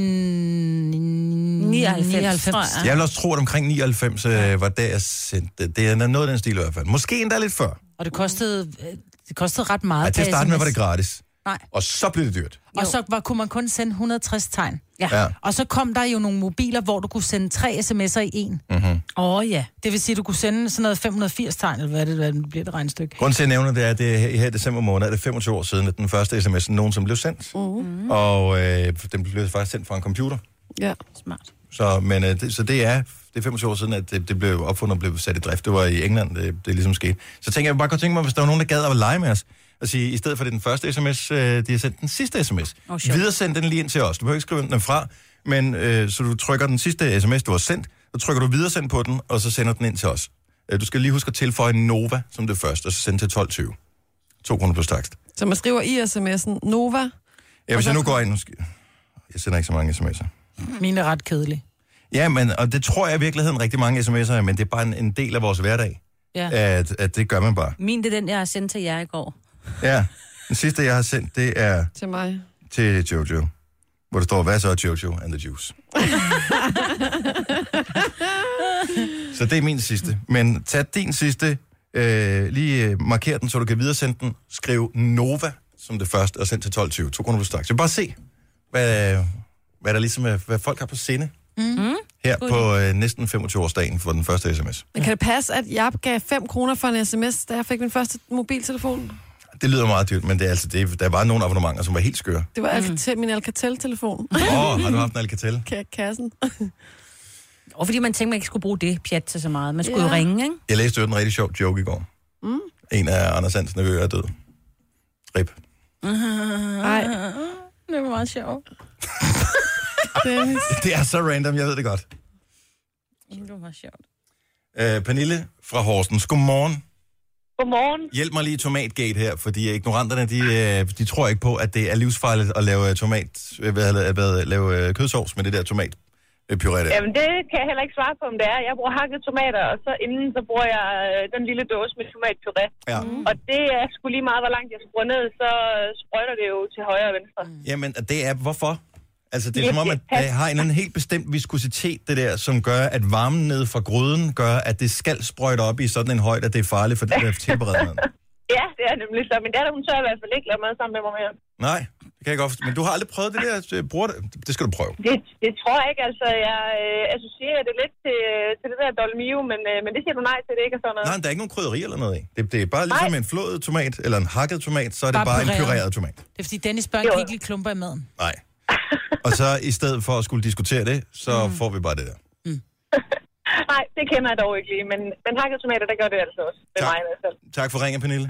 Speaker 2: n-
Speaker 4: 99,
Speaker 2: 99,
Speaker 4: tror jeg.
Speaker 1: Jeg vil også tro, at omkring 99 øh, var det, jeg sendte det. Det er noget af den stil i hvert fald. Måske endda lidt før.
Speaker 2: Og det kostede, øh, det kostede ret meget.
Speaker 1: Ej, til at
Speaker 2: per
Speaker 1: starte med
Speaker 2: SMS.
Speaker 1: var det gratis.
Speaker 2: Nej.
Speaker 1: Og så blev det dyrt.
Speaker 2: Og så var, kunne man kun sende 160 tegn.
Speaker 1: Ja.
Speaker 2: Og så kom der jo nogle mobiler, hvor du kunne sende tre sms'er i en.
Speaker 1: Mhm.
Speaker 4: Åh, oh, ja.
Speaker 2: Det vil sige, at du kunne sende sådan noget 580 tegn, eller hvad det, hvad det bliver det regnstykke.
Speaker 1: Grunden til, at jeg nævner det, er, at det er her- her i december måned, er det 25 år siden, at den første sms nogen, som blev sendt. Mm. Og øh, den blev faktisk sendt fra en computer.
Speaker 3: Ja.
Speaker 4: Smart.
Speaker 1: Så, men, øh, det, så det er det er 25 år siden, at det, det blev opfundet og blev sat i drift. Det var i England, det, det ligesom skete. Så tænker jeg bare godt tænke mig, hvis der var nogen, der gad at lege med os, og sige, i stedet for det er den første sms, øh, de har sendt den sidste sms.
Speaker 4: Åh, sjovt.
Speaker 1: Videresend den lige ind til os. Du behøver ikke skrive den fra, men øh, så du trykker den sidste sms, du har sendt, så trykker du videresend på den, og så sender den ind til os. Øh, du skal lige huske at tilføje Nova som det første, og så sende til 12.20. 200 plus takst.
Speaker 3: Så man skriver i sms'en, Nova,
Speaker 1: Ja, hvis
Speaker 3: så-
Speaker 1: jeg nu går ind... nu skal- Jeg sender ikke så mange sms'er.
Speaker 2: Mine er ret kedelige.
Speaker 1: Ja, men, og det tror jeg i virkeligheden rigtig mange sms'er er, men det er bare en, en del af vores hverdag,
Speaker 2: Ja.
Speaker 1: at, at det gør man bare.
Speaker 4: Min, det er den, jeg har sendt til jer i går.
Speaker 1: Ja, den sidste, jeg har sendt, det er
Speaker 3: til mig.
Speaker 1: til Jojo, hvor der står, hvad så Jojo and the Juice? så det er min sidste. Men tag din sidste, øh, lige øh, marker den, så du kan videresende den, skriv Nova som det første, og send til 12.20. To kroner på straks. Så bare se, hvad, hvad, der ligesom er, hvad folk har på sinde. Mm. Her på øh, næsten 25-årsdagen for den første sms.
Speaker 3: Men kan det passe, at jeg gav 5 kroner for en sms, da jeg fik min første mobiltelefon?
Speaker 1: Det lyder meget dyrt, men det er altså, det, der var nogle abonnementer, som var helt skøre.
Speaker 3: Det var
Speaker 2: Mm.
Speaker 3: Alcatel, min Alcatel-telefon.
Speaker 1: Åh, oh, har du haft en Alcatel?
Speaker 3: Ka- Kassen.
Speaker 4: Og fordi man tænkte, man ikke skulle bruge det pjat til så meget. Man skulle
Speaker 3: Ja.
Speaker 4: jo ringe, ikke?
Speaker 1: Jeg læste jo en rigtig sjov joke i går. Mm. En af Anders Hans nevøer er død. Rip.
Speaker 3: Nej,
Speaker 4: Ah. Det var meget sjovt.
Speaker 3: Dennis.
Speaker 1: Det er så random, jeg ved det godt.
Speaker 4: Det var sjovt.
Speaker 1: Øh, Pernille fra Horsens, godmorgen.
Speaker 7: Godmorgen.
Speaker 1: Hjælp mig lige i tomatgate her, fordi ignoranterne, de, øh, de tror ikke på, at det er livsfarligt at lave øh, tomat, øh, hvad, hedder det, hvad, lave øh, kødsovs med det der tomatpuré der.
Speaker 7: Jamen, det kan jeg heller ikke svare på, om det er. Jeg bruger hakkede tomater, og så inden, så bruger jeg øh, den lille dåse med tomatpuré.
Speaker 1: Ja.
Speaker 7: Og det er sgu lige meget, hvor langt jeg skruer ned, så øh, sprøjter det jo til højre og venstre.
Speaker 1: Jamen, og det er, hvorfor? Altså, det er
Speaker 7: Ja,
Speaker 1: som om, at
Speaker 7: det passer.
Speaker 1: det har en eller anden helt bestemt viskositet, det der, som gør, at varmen nede fra gryden gør, at det skal sprøjte op i sådan en højde, at det er farligt for det der tilberedning.
Speaker 7: Ja, det er nemlig så. Men datter, hun tør i hvert fald ikke lave mad sammen med mig mere.
Speaker 1: Nej, det kan jeg godt forstå. Men du har aldrig prøvet det der, øh, bruger det. Det skal du prøve.
Speaker 7: Det, det tror jeg ikke. Altså, jeg øh, associerer det lidt til, øh, til det der Dolmio, men, øh, men det siger du nej til, det ikke? Og sådan noget.
Speaker 1: Nej, men der er ikke nogen krydderier eller noget i. Det, det er bare ligesom
Speaker 7: Nej.
Speaker 1: en flået tomat, eller en hakket tomat, så er det bare,
Speaker 2: Bare
Speaker 1: bare en
Speaker 2: pureret.
Speaker 1: pureret tomat.
Speaker 2: Det er fordi, Dennis børn
Speaker 7: Jo.
Speaker 2: kan ikke lide klumper i maden.
Speaker 1: Nej. Og så i stedet for at skulle diskutere det, så mm. får vi bare det der.
Speaker 7: nej, det kender jeg dog ikke lige, men den hakkede tomater, der gør det altså også. Ved
Speaker 1: Tak.
Speaker 7: mig i hvert fald.
Speaker 1: Tak for ringen, Pernille.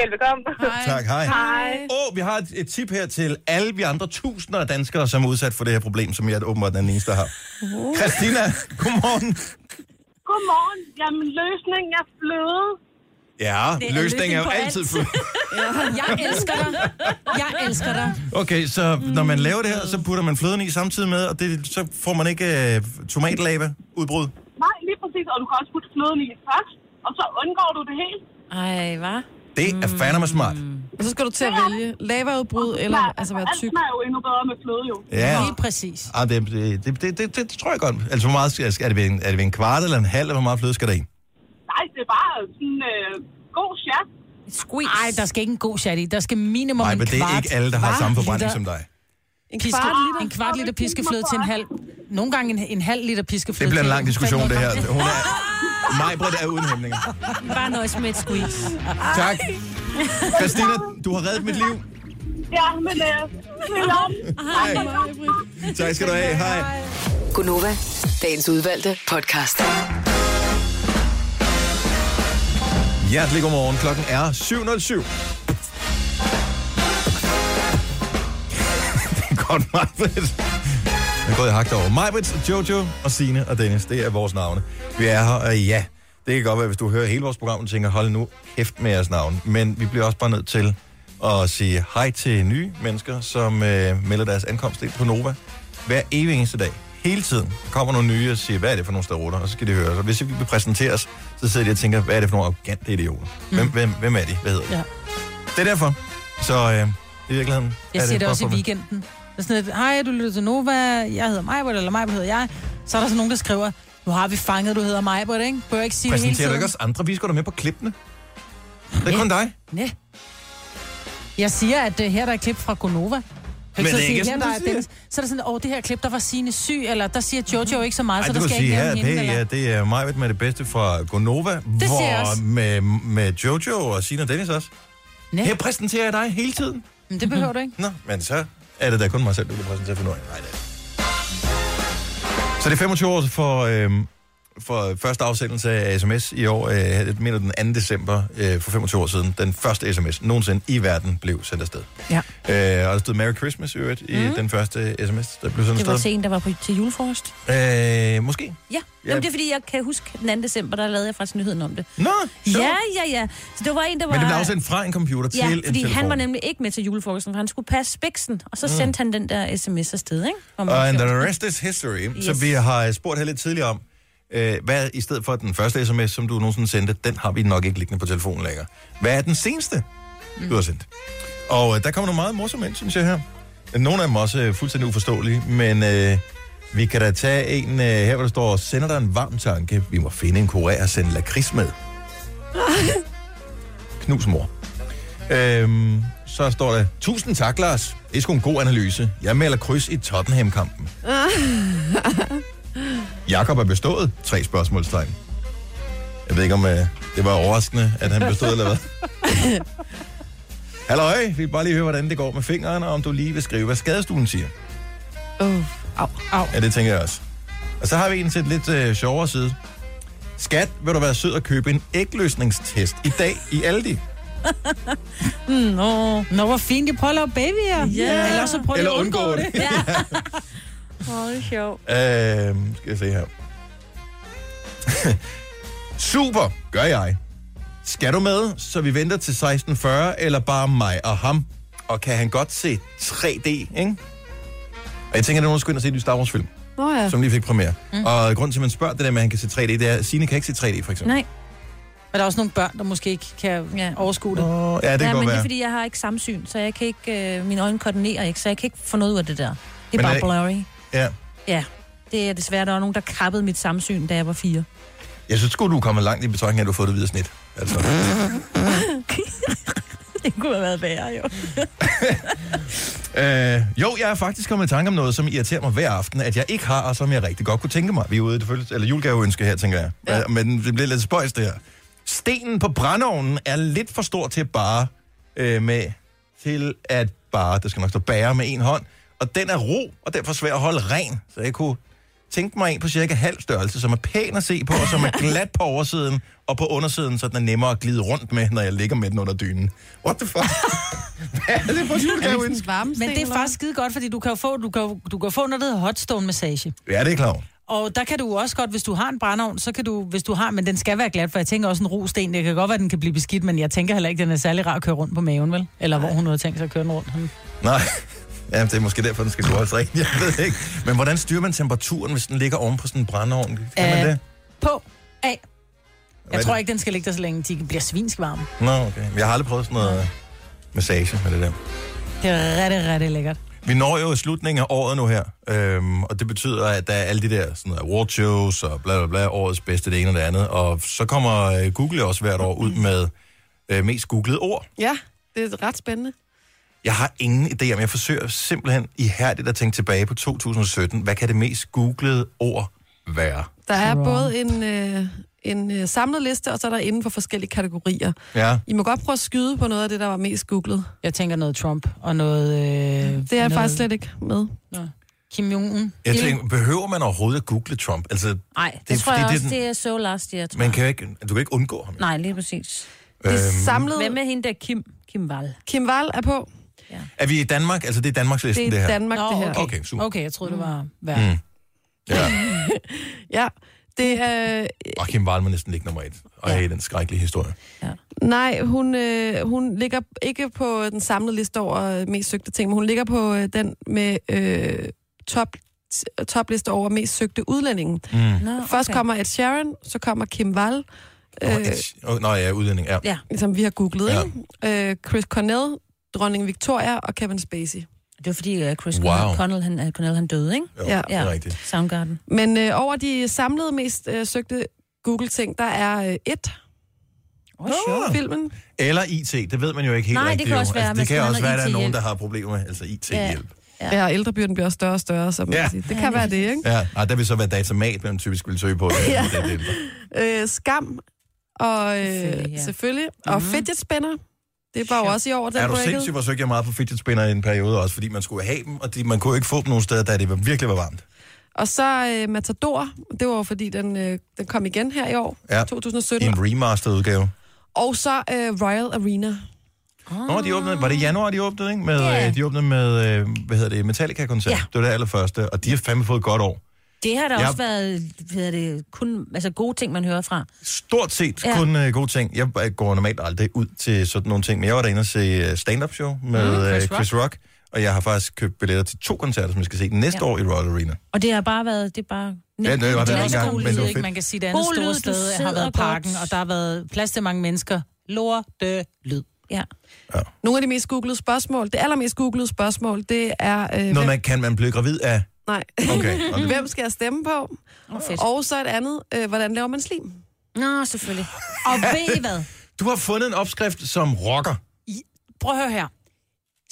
Speaker 7: Velbekomme.
Speaker 2: Hej.
Speaker 1: tak, hej.
Speaker 7: Hej.
Speaker 1: Åh, oh, vi har et, et tip her til alle vi andre tusinder af danskere, som er udsat for det her problem, som jeg åbenbart er den eneste, der har. Christina, godmorgen.
Speaker 7: Godmorgen. Jamen, løsningen er fløde.
Speaker 1: Ja, løsningen
Speaker 4: er
Speaker 1: er jo
Speaker 4: løsningen på
Speaker 1: altid
Speaker 4: alt.
Speaker 1: fuld.
Speaker 2: Jeg elsker dig. Jeg elsker dig.
Speaker 1: Okay, så når man laver det her, så putter man fløden i samtidig med, og det, så får man ikke øh, tomatlava udbrud.
Speaker 7: Nej, lige præcis. Og du kan også putte fløden i først, og så undgår du det helt.
Speaker 4: Ej, hva?
Speaker 1: Det er fandme smart.
Speaker 3: Og så skal du til at vælge laverudbrud eller altså være tyk.
Speaker 7: Alt smager jo endnu bedre med fløde, jo.
Speaker 1: Ja.
Speaker 2: Lige præcis.
Speaker 1: Ah, det, det, det, det, det, det, tror jeg godt. Altså, hvor meget skal, skal- er, det ved en, er det ved en kvart eller en halv, eller hvor meget fløde skal der i?
Speaker 7: Nej, det er bare sådan øh, god chat.
Speaker 4: Et squeeze.
Speaker 2: Ej, der skal ikke en god chat i. Der skal minimum
Speaker 1: Nej,
Speaker 2: en
Speaker 1: men
Speaker 2: kvart.
Speaker 1: det er ikke alle, der har
Speaker 2: kvart
Speaker 1: samme forbrænding
Speaker 2: liter
Speaker 1: som dig.
Speaker 3: En
Speaker 2: Piske,
Speaker 3: kvart liter.
Speaker 2: en kvart liter piskefløde til en halv. Nogle gange en, en halv liter piskefløde.
Speaker 1: Det bliver en
Speaker 2: til
Speaker 1: lang diskussion, det her. Hun er, mig, Britt, er uden hæmninger.
Speaker 4: Bare nøjes med et squeeze.
Speaker 1: Tak. Christina, du har reddet mit liv.
Speaker 7: Ja, men øh, det er om.
Speaker 1: Hej. Tak skal du have. Hej.
Speaker 5: Gunova, dagens udvalgte podcast.
Speaker 1: Hjertelig godmorgen. Klokken er 7.07. Det er godt, Majbrit. Jeg er gået i hak over. Majbrit, Jojo og Sine og Dennis, det er vores navne. Vi er her, og ja, det kan godt være, hvis du hører hele vores program, og tænker, hold nu kæft med jeres navn. Men vi bliver også bare nødt til at sige hej til nye mennesker, som øh, melder deres ankomst ind på Nova hver evig eneste dag. Hele tiden kommer nogle nye og siger, hvad er det for nogle staroter? Og så skal de høre os. Og hvis vi vil præsenteres, så sidder de og tænker, hvad er det for nogle arrogante idioter? Hvem, hvem, hvem er de? Hvad hedder de?
Speaker 2: Mm. Ja.
Speaker 1: Det er derfor. Så øh, i virkeligheden...
Speaker 2: Jeg
Speaker 1: er
Speaker 2: ser det
Speaker 1: bare
Speaker 2: også i
Speaker 1: for-
Speaker 2: weekenden. Det er sådan lidt, hej, du lytter til Nova, jeg hedder Majbert, eller Majbert hedder jeg. Så er der sådan nogen, der skriver, nu har vi fanget, du hedder Majbert, ikke? Bør jeg ikke sige det hele
Speaker 1: Præsenterer du
Speaker 2: tiden?
Speaker 1: ikke også andre? Vi skal da med på klippene. Det er kun dig.
Speaker 2: Nej. Jeg siger, at uh, her der er et klip fra Gonova. Men
Speaker 1: det er ikke
Speaker 2: her,
Speaker 1: sådan,
Speaker 2: der
Speaker 1: du
Speaker 2: er
Speaker 1: siger.
Speaker 2: Dennis. Så er der sådan, åh, det her klip, der var sine syg, eller der siger Jojo ikke så meget,
Speaker 1: Mhm. Ej, du
Speaker 2: så
Speaker 1: kan
Speaker 2: der skal jeg ikke
Speaker 1: sige,
Speaker 2: nævne
Speaker 1: her,
Speaker 2: hende.
Speaker 1: det,
Speaker 2: eller...
Speaker 1: ja, det er mig med det bedste fra Gonova,
Speaker 2: jeg
Speaker 1: hvor
Speaker 2: også.
Speaker 1: med, med Jojo og Sina og Dennis også.
Speaker 2: Nej.
Speaker 1: Her præsenterer jeg dig hele tiden.
Speaker 2: Men det behøver du ikke.
Speaker 1: Nå, men så er det da kun mig selv, du kan præsentere for nu. af. Nej, det er. det. Så det er 25 år for, øhm, for første afsendelse af sms i år. Øh, jeg mener den 2. december øh, for 25 år siden. Den første sms nogensinde i verden blev sendt afsted.
Speaker 2: Ja.
Speaker 1: Øh, og der stod Merry Christmas i øvrigt i mm. den første sms, der blev sendt
Speaker 4: Det var
Speaker 1: afsted.
Speaker 4: til en, der var på, til julefrokost.
Speaker 1: Øh, måske.
Speaker 4: Ja,
Speaker 1: Ja.
Speaker 4: Jamen, det er fordi, jeg kan huske den 2. december, der lavede jeg faktisk nyheden om det.
Speaker 1: Nå, sjovt.
Speaker 4: Ja, ja, ja. Så det var en, der var...
Speaker 1: Men det blev afsendt fra en computer til
Speaker 4: Ja,
Speaker 1: en
Speaker 4: fordi
Speaker 1: telefon.
Speaker 4: han var nemlig ikke med til julefrokosten, for han skulle passe spiksen, og så mm. sendte han den der sms afsted, ikke? Hvor man
Speaker 1: Og and
Speaker 4: sjovt.
Speaker 1: the rest is history. Yes. Så
Speaker 4: Yes.
Speaker 1: vi har spurgt her lidt tidligere om, øh, hvad i stedet for den første sms, som du nogensinde sendte, den har vi nok ikke liggende på telefonen længere. Hvad er den seneste, mm. du har sendt? Og øh, der kommer nogle meget morsomme ind, synes jeg her. Nogle af dem også øh, fuldstændig uforståelige, men øh, vi kan da tage en øh, her, hvor der står, sender dig en varm tanke, vi må finde en kurér og sende lakrids med. Knus mor. Øhm, så står der, tusind tak, Lars. Det er sgu en god analyse. Jeg melder kryds i Tottenham-kampen. Jakob er bestået? Tre spørgsmålstegn. Jeg ved ikke, om øh, det var overraskende, at han bestod eller hvad. Halløj, vi vil bare lige høre, hvordan det går med fingrene, og om du lige vil skrive, hvad skadestuen siger.
Speaker 3: Uh, au.
Speaker 2: Au.
Speaker 1: Ja, det tænker jeg også. Og så har vi en til lidt øh, sjovere side. Skat, vil du være sød at købe en ægløsningstest i dag i Aldi?
Speaker 4: Nå,
Speaker 2: Nå, hvor fint, de prøver at babyer.
Speaker 4: Ja.
Speaker 2: Eller så prøver de
Speaker 1: Eller
Speaker 2: at undgå
Speaker 1: undgå
Speaker 2: det.
Speaker 1: det.
Speaker 4: Åh, det er sjovt.
Speaker 1: Øh, skal jeg se her. Super, gør jeg. Skal du med, så vi venter til 16.40, eller bare mig og ham? Og kan han godt se 3D, ikke? Og jeg tænker, at nogen skulle ind og se en ny Star Wars-film,
Speaker 3: Nå ja.
Speaker 1: som lige fik premiere. Mm. Og grunden til, at man spørger det der med, at han kan se 3D, det er, at Signe kan ikke se 3D, for eksempel.
Speaker 4: Nej,
Speaker 2: Men der er også nogle børn, der måske ikke kan
Speaker 4: Ja.
Speaker 2: ja. overskue det.
Speaker 1: Åh, ja, det kan
Speaker 4: ja,
Speaker 1: godt
Speaker 4: men
Speaker 1: være.
Speaker 4: det er, fordi jeg har ikke samsyn, så jeg kan ikke... Øh, mine øjne koordinerer ikke, så jeg kan ikke få noget ud af det der. Det
Speaker 1: Men øh,
Speaker 4: er
Speaker 1: er
Speaker 4: bare
Speaker 1: det-
Speaker 4: blurry.
Speaker 1: Ja.
Speaker 4: Ja, det er desværre, der var nogen, der krabbede mit samsyn, da jeg var fire.
Speaker 1: Jeg synes, skulle du komme langt i betragtning, af, at du har fået det videre snit. Altså.
Speaker 4: Det kunne have været værre, jo.
Speaker 1: Øh, jo, jeg er faktisk kommet i tanke om noget, som irriterer mig hver aften, at jeg ikke har, og som jeg rigtig godt kunne tænke mig. Vi er ude i det følelse, eller julegaveønske her, tænker jeg. Ja. Men det bliver lidt spøjs, det her. Stenen på brændeovnen er lidt for stor til at bare øh, med, til at bare, der skal nok stå bære med en hånd, og den er ro, og derfor svær at holde ren, så jeg kunne tænke mig en på cirka halv størrelse, som er pæn at se på, og som er glat på oversiden, og på undersiden, så den er nemmere at glide rundt med, når jeg ligger med den under dynen. What the fuck? Hvad er det for en julegave?
Speaker 2: Men det er faktisk skide godt, fordi du kan jo få, du kan, jo- du kan få noget, der hedder hotstone massage.
Speaker 1: Ja, det er klart.
Speaker 2: Og der kan du også godt, hvis du har en brændeovn, så kan du, hvis du har, men den skal være glat, for jeg tænker også en rosten, det kan godt være, den kan blive beskidt, men jeg tænker heller ikke, den er særlig rar at køre rundt på maven, vel? Eller hvor hun nu har tænkt sig at køre den rundt. henne.
Speaker 1: Nej. Ja, det er måske derfor, den skal gå også rent. Jeg ved ikke. Men hvordan styrer man temperaturen, hvis den ligger oven på sådan en brændeovn? Kan man
Speaker 2: Øh,
Speaker 1: det?
Speaker 2: På, af.
Speaker 1: Hvad er
Speaker 2: Jeg tror
Speaker 1: det?
Speaker 2: ikke, den skal ligge der så længe, de bliver svinsk varme.
Speaker 1: Nå, okay. Men Jeg har aldrig prøvet sådan noget massage med det der.
Speaker 2: Det er rigtig, rigtig lækkert.
Speaker 1: Vi når jo slutningen af året nu her, øhm, og det betyder, at der er alle de der sådan award shows og bla bla bla, årets bedste det ene og det andet, og så kommer øh, Google også hvert år ud med øh, mest googlede ord.
Speaker 3: Ja, det er ret spændende.
Speaker 1: Jeg har ingen idé om, jeg forsøger simpelthen ihærdigt at tænke tilbage på 2017. Hvad kan det mest googlede ord være?
Speaker 3: Der er
Speaker 2: Wrong.
Speaker 3: både en, øh, en øh, samlet liste, og så er der inden for forskellige kategorier.
Speaker 1: Ja.
Speaker 3: I må godt prøve at skyde på noget af det, der var mest googlet.
Speaker 2: Jeg tænker noget Trump og noget... Øh,
Speaker 3: Det er jeg
Speaker 2: noget
Speaker 3: faktisk slet ikke med.
Speaker 2: Kim Jong-un.
Speaker 1: Jeg tænker, behøver man overhovedet at google Trump? Altså,
Speaker 4: Nej, det,
Speaker 1: Det er
Speaker 4: det tror jeg
Speaker 1: fordi, det er
Speaker 4: også,
Speaker 1: den-
Speaker 4: det er so last year, tror
Speaker 1: man
Speaker 4: jeg.
Speaker 1: kan jo ikke, du kan ikke undgå ham.
Speaker 4: Nej, lige præcis.
Speaker 3: Det
Speaker 1: Øhm.
Speaker 4: Hvem
Speaker 3: samlede...
Speaker 4: er hende der Kim? Kim Wall.
Speaker 3: Kim Wall er på.
Speaker 1: Er vi i Danmark? Altså, det er Danmarks listen, det,
Speaker 3: Det er
Speaker 1: her.
Speaker 3: Danmark, det her.
Speaker 1: Okay, super.
Speaker 2: okay, jeg troede, det var værd. Mm.
Speaker 1: Ja.
Speaker 3: Ja, det er... Øh,
Speaker 1: Og Kim Wall må næsten ligge nummer et. Og ja. den skrækkelige historie.
Speaker 3: nej, hun, øh, hun ligger ikke på den samlede liste over øh, mest søgte ting, men hun ligger på øh, den med øh, top, topliste over mest søgte udlændinge. Okay.
Speaker 1: Mm.
Speaker 4: Nå, okay.
Speaker 3: Først kommer Ed Sheeran, så kommer Kim Wall,
Speaker 1: Øh.
Speaker 3: øh,
Speaker 1: Nå, ja, udlænding. Ja.
Speaker 4: Ja.
Speaker 3: som vi har googlet,
Speaker 1: Ja.
Speaker 3: ja. ikke? Øh, Chris Cornell, dronning Victoria og Kevin Spacey.
Speaker 4: Det var fordi øh, Chris
Speaker 1: Wow.
Speaker 4: wow. Connell, han, øh, Connell, han døde, ikke?
Speaker 1: Jo,
Speaker 3: Ja.
Speaker 1: ja. Det er rigtigt.
Speaker 4: Soundgarden.
Speaker 3: Men øh, over de samlede mest øh, søgte Google-ting, der er øh, et.
Speaker 4: Oh, sure.
Speaker 3: Filmen.
Speaker 1: Eller IT, det ved man jo ikke helt
Speaker 4: Nej, det
Speaker 1: rigtigt.
Speaker 4: kan
Speaker 1: jo.
Speaker 4: også være,
Speaker 1: altså, det
Speaker 4: man
Speaker 1: kan
Speaker 4: skal have
Speaker 1: også være,
Speaker 4: noget
Speaker 1: at der er nogen,
Speaker 4: IT-hjælp.
Speaker 1: der har problemer med altså IT-hjælp.
Speaker 3: Ja, ja ældrebyrden bliver også større og større, så man
Speaker 1: Ja.
Speaker 3: ja. sige. Det kan være det, ikke?
Speaker 1: Ja, ja. der vil så være datamat, man typisk vil søge på. ja. det, det, det.
Speaker 3: Øh, skam. Og øh,
Speaker 4: Selvfølgelig,
Speaker 3: selvfølgelig.
Speaker 4: ja.
Speaker 3: Ja. Mhm. selvfølgelig. Og fidget spinner. Det var jo også i år, der
Speaker 1: Er du sindssyg, hvor søgte jeg meget på fidget spinner i en periode også, fordi man skulle have dem, og de, man kunne jo ikke få dem nogen steder, da det var- virkelig var varmt.
Speaker 3: Og så øh, Matador. Det var jo fordi, den, øh, den kom igen her i år,
Speaker 1: Ja.
Speaker 3: ja.
Speaker 1: I
Speaker 3: 2017.
Speaker 1: en remastered udgave.
Speaker 3: Og så øh, Royal Arena.
Speaker 1: Nå, de åbnede, var det i januar, de åbnede, ikke? Med, yeah. De åbnede med, øh, hvad hedder det, Metallica-koncert.
Speaker 4: Ja.
Speaker 1: Det var det allerførste, og de har fandme fået et godt år.
Speaker 4: Det har da
Speaker 1: Ja.
Speaker 4: også været hvad er det, kun altså, gode ting, man hører fra.
Speaker 1: Stort set ja.
Speaker 4: Ja.
Speaker 1: kun øh, gode ting. Jeg øh, går normalt aldrig ud til sådan nogle ting, men jeg var derinde og se øh, stand-up show med mm, Chris, Rock. Chris Rock, og jeg har faktisk købt billetter til to koncerter, som jeg skal se næste ja.
Speaker 4: Ja.
Speaker 1: år i Royal Arena.
Speaker 4: Og det har bare været, det er bare...
Speaker 1: Ja, det var
Speaker 2: Det
Speaker 1: der
Speaker 2: er
Speaker 1: en
Speaker 2: også
Speaker 1: gang,
Speaker 2: god
Speaker 1: men det
Speaker 2: lyd,
Speaker 1: var
Speaker 2: ikke?
Speaker 1: fedt.
Speaker 2: Man kan sige, det andet
Speaker 4: God
Speaker 2: store
Speaker 4: lyd, du
Speaker 2: sted har
Speaker 4: sidder
Speaker 2: været
Speaker 4: godt.
Speaker 2: parken, og der har været plads til mange mennesker. Lorte lyd.
Speaker 4: Ja.
Speaker 3: Nogle af de mest googlede spørgsmål. Det allermest googlede spørgsmål, det er... Øh, hvem,
Speaker 1: Noget, man kan man blive gravid af.
Speaker 3: nej.
Speaker 1: Okay. og det-
Speaker 3: hvem skal jeg stemme på?
Speaker 4: Oh, fedt.
Speaker 3: Og så et andet, øh, hvordan laver man slim?
Speaker 4: Nå, selvfølgelig.
Speaker 2: Og ved I hvad?
Speaker 1: Du har fundet en opskrift som rocker.
Speaker 2: Prøv at høre her.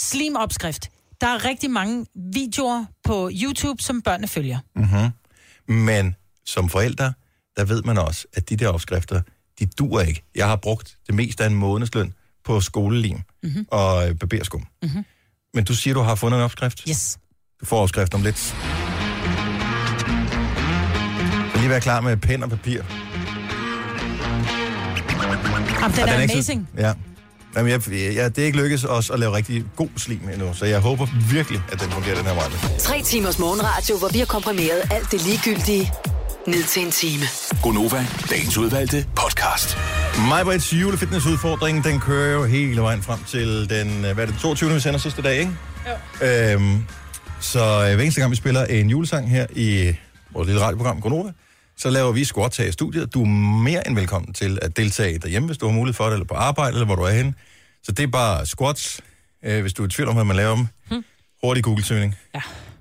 Speaker 2: Slimopskrift. Der er rigtig mange videoer på YouTube, som børnene følger.
Speaker 1: Men som forældre, der ved man også, at de der opskrifter, de dur ikke. Jeg har brugt det meste af en månedsløn på skolelim mm-hmm.
Speaker 2: Mhm.
Speaker 1: og øh, barberskum. Mm-hmm. Men du siger, du har fundet en opskrift?
Speaker 2: Yes.
Speaker 1: Du får opskrift om lidt. Så lige være klar med pen og papir.
Speaker 2: Jamen, den
Speaker 1: Og
Speaker 2: er
Speaker 1: ikke så-
Speaker 2: amazing.
Speaker 1: Ja. Jamen, jeg, jeg, det er ikke lykkedes os at lave rigtig god slim endnu, så jeg håber virkelig, at den fungerer den her vej.
Speaker 5: Tre timers morgenradio, hvor vi har komprimeret alt det ligegyldige ned til en time.
Speaker 6: Gonova, dagens udvalgte podcast.
Speaker 1: MyBrits julefitnessudfordring, den kører jo hele vejen frem til den, øh, hvad er det, 22. vi sender sidste dag, ikke? Jo. Øhm, så øh, hver eneste gang, vi spiller en julesang her i vores lille radioprogram, Gonova, så laver vi squat her i studiet. Du er mere end velkommen til at deltage derhjemme, hvis du har mulighed for det, eller på arbejde, eller hvor du er henne. Så det er bare squats, øh, hvis du er i tvivl om, hvad man laver dem. Hmm. Hurtig Google-søgning.
Speaker 2: Ja.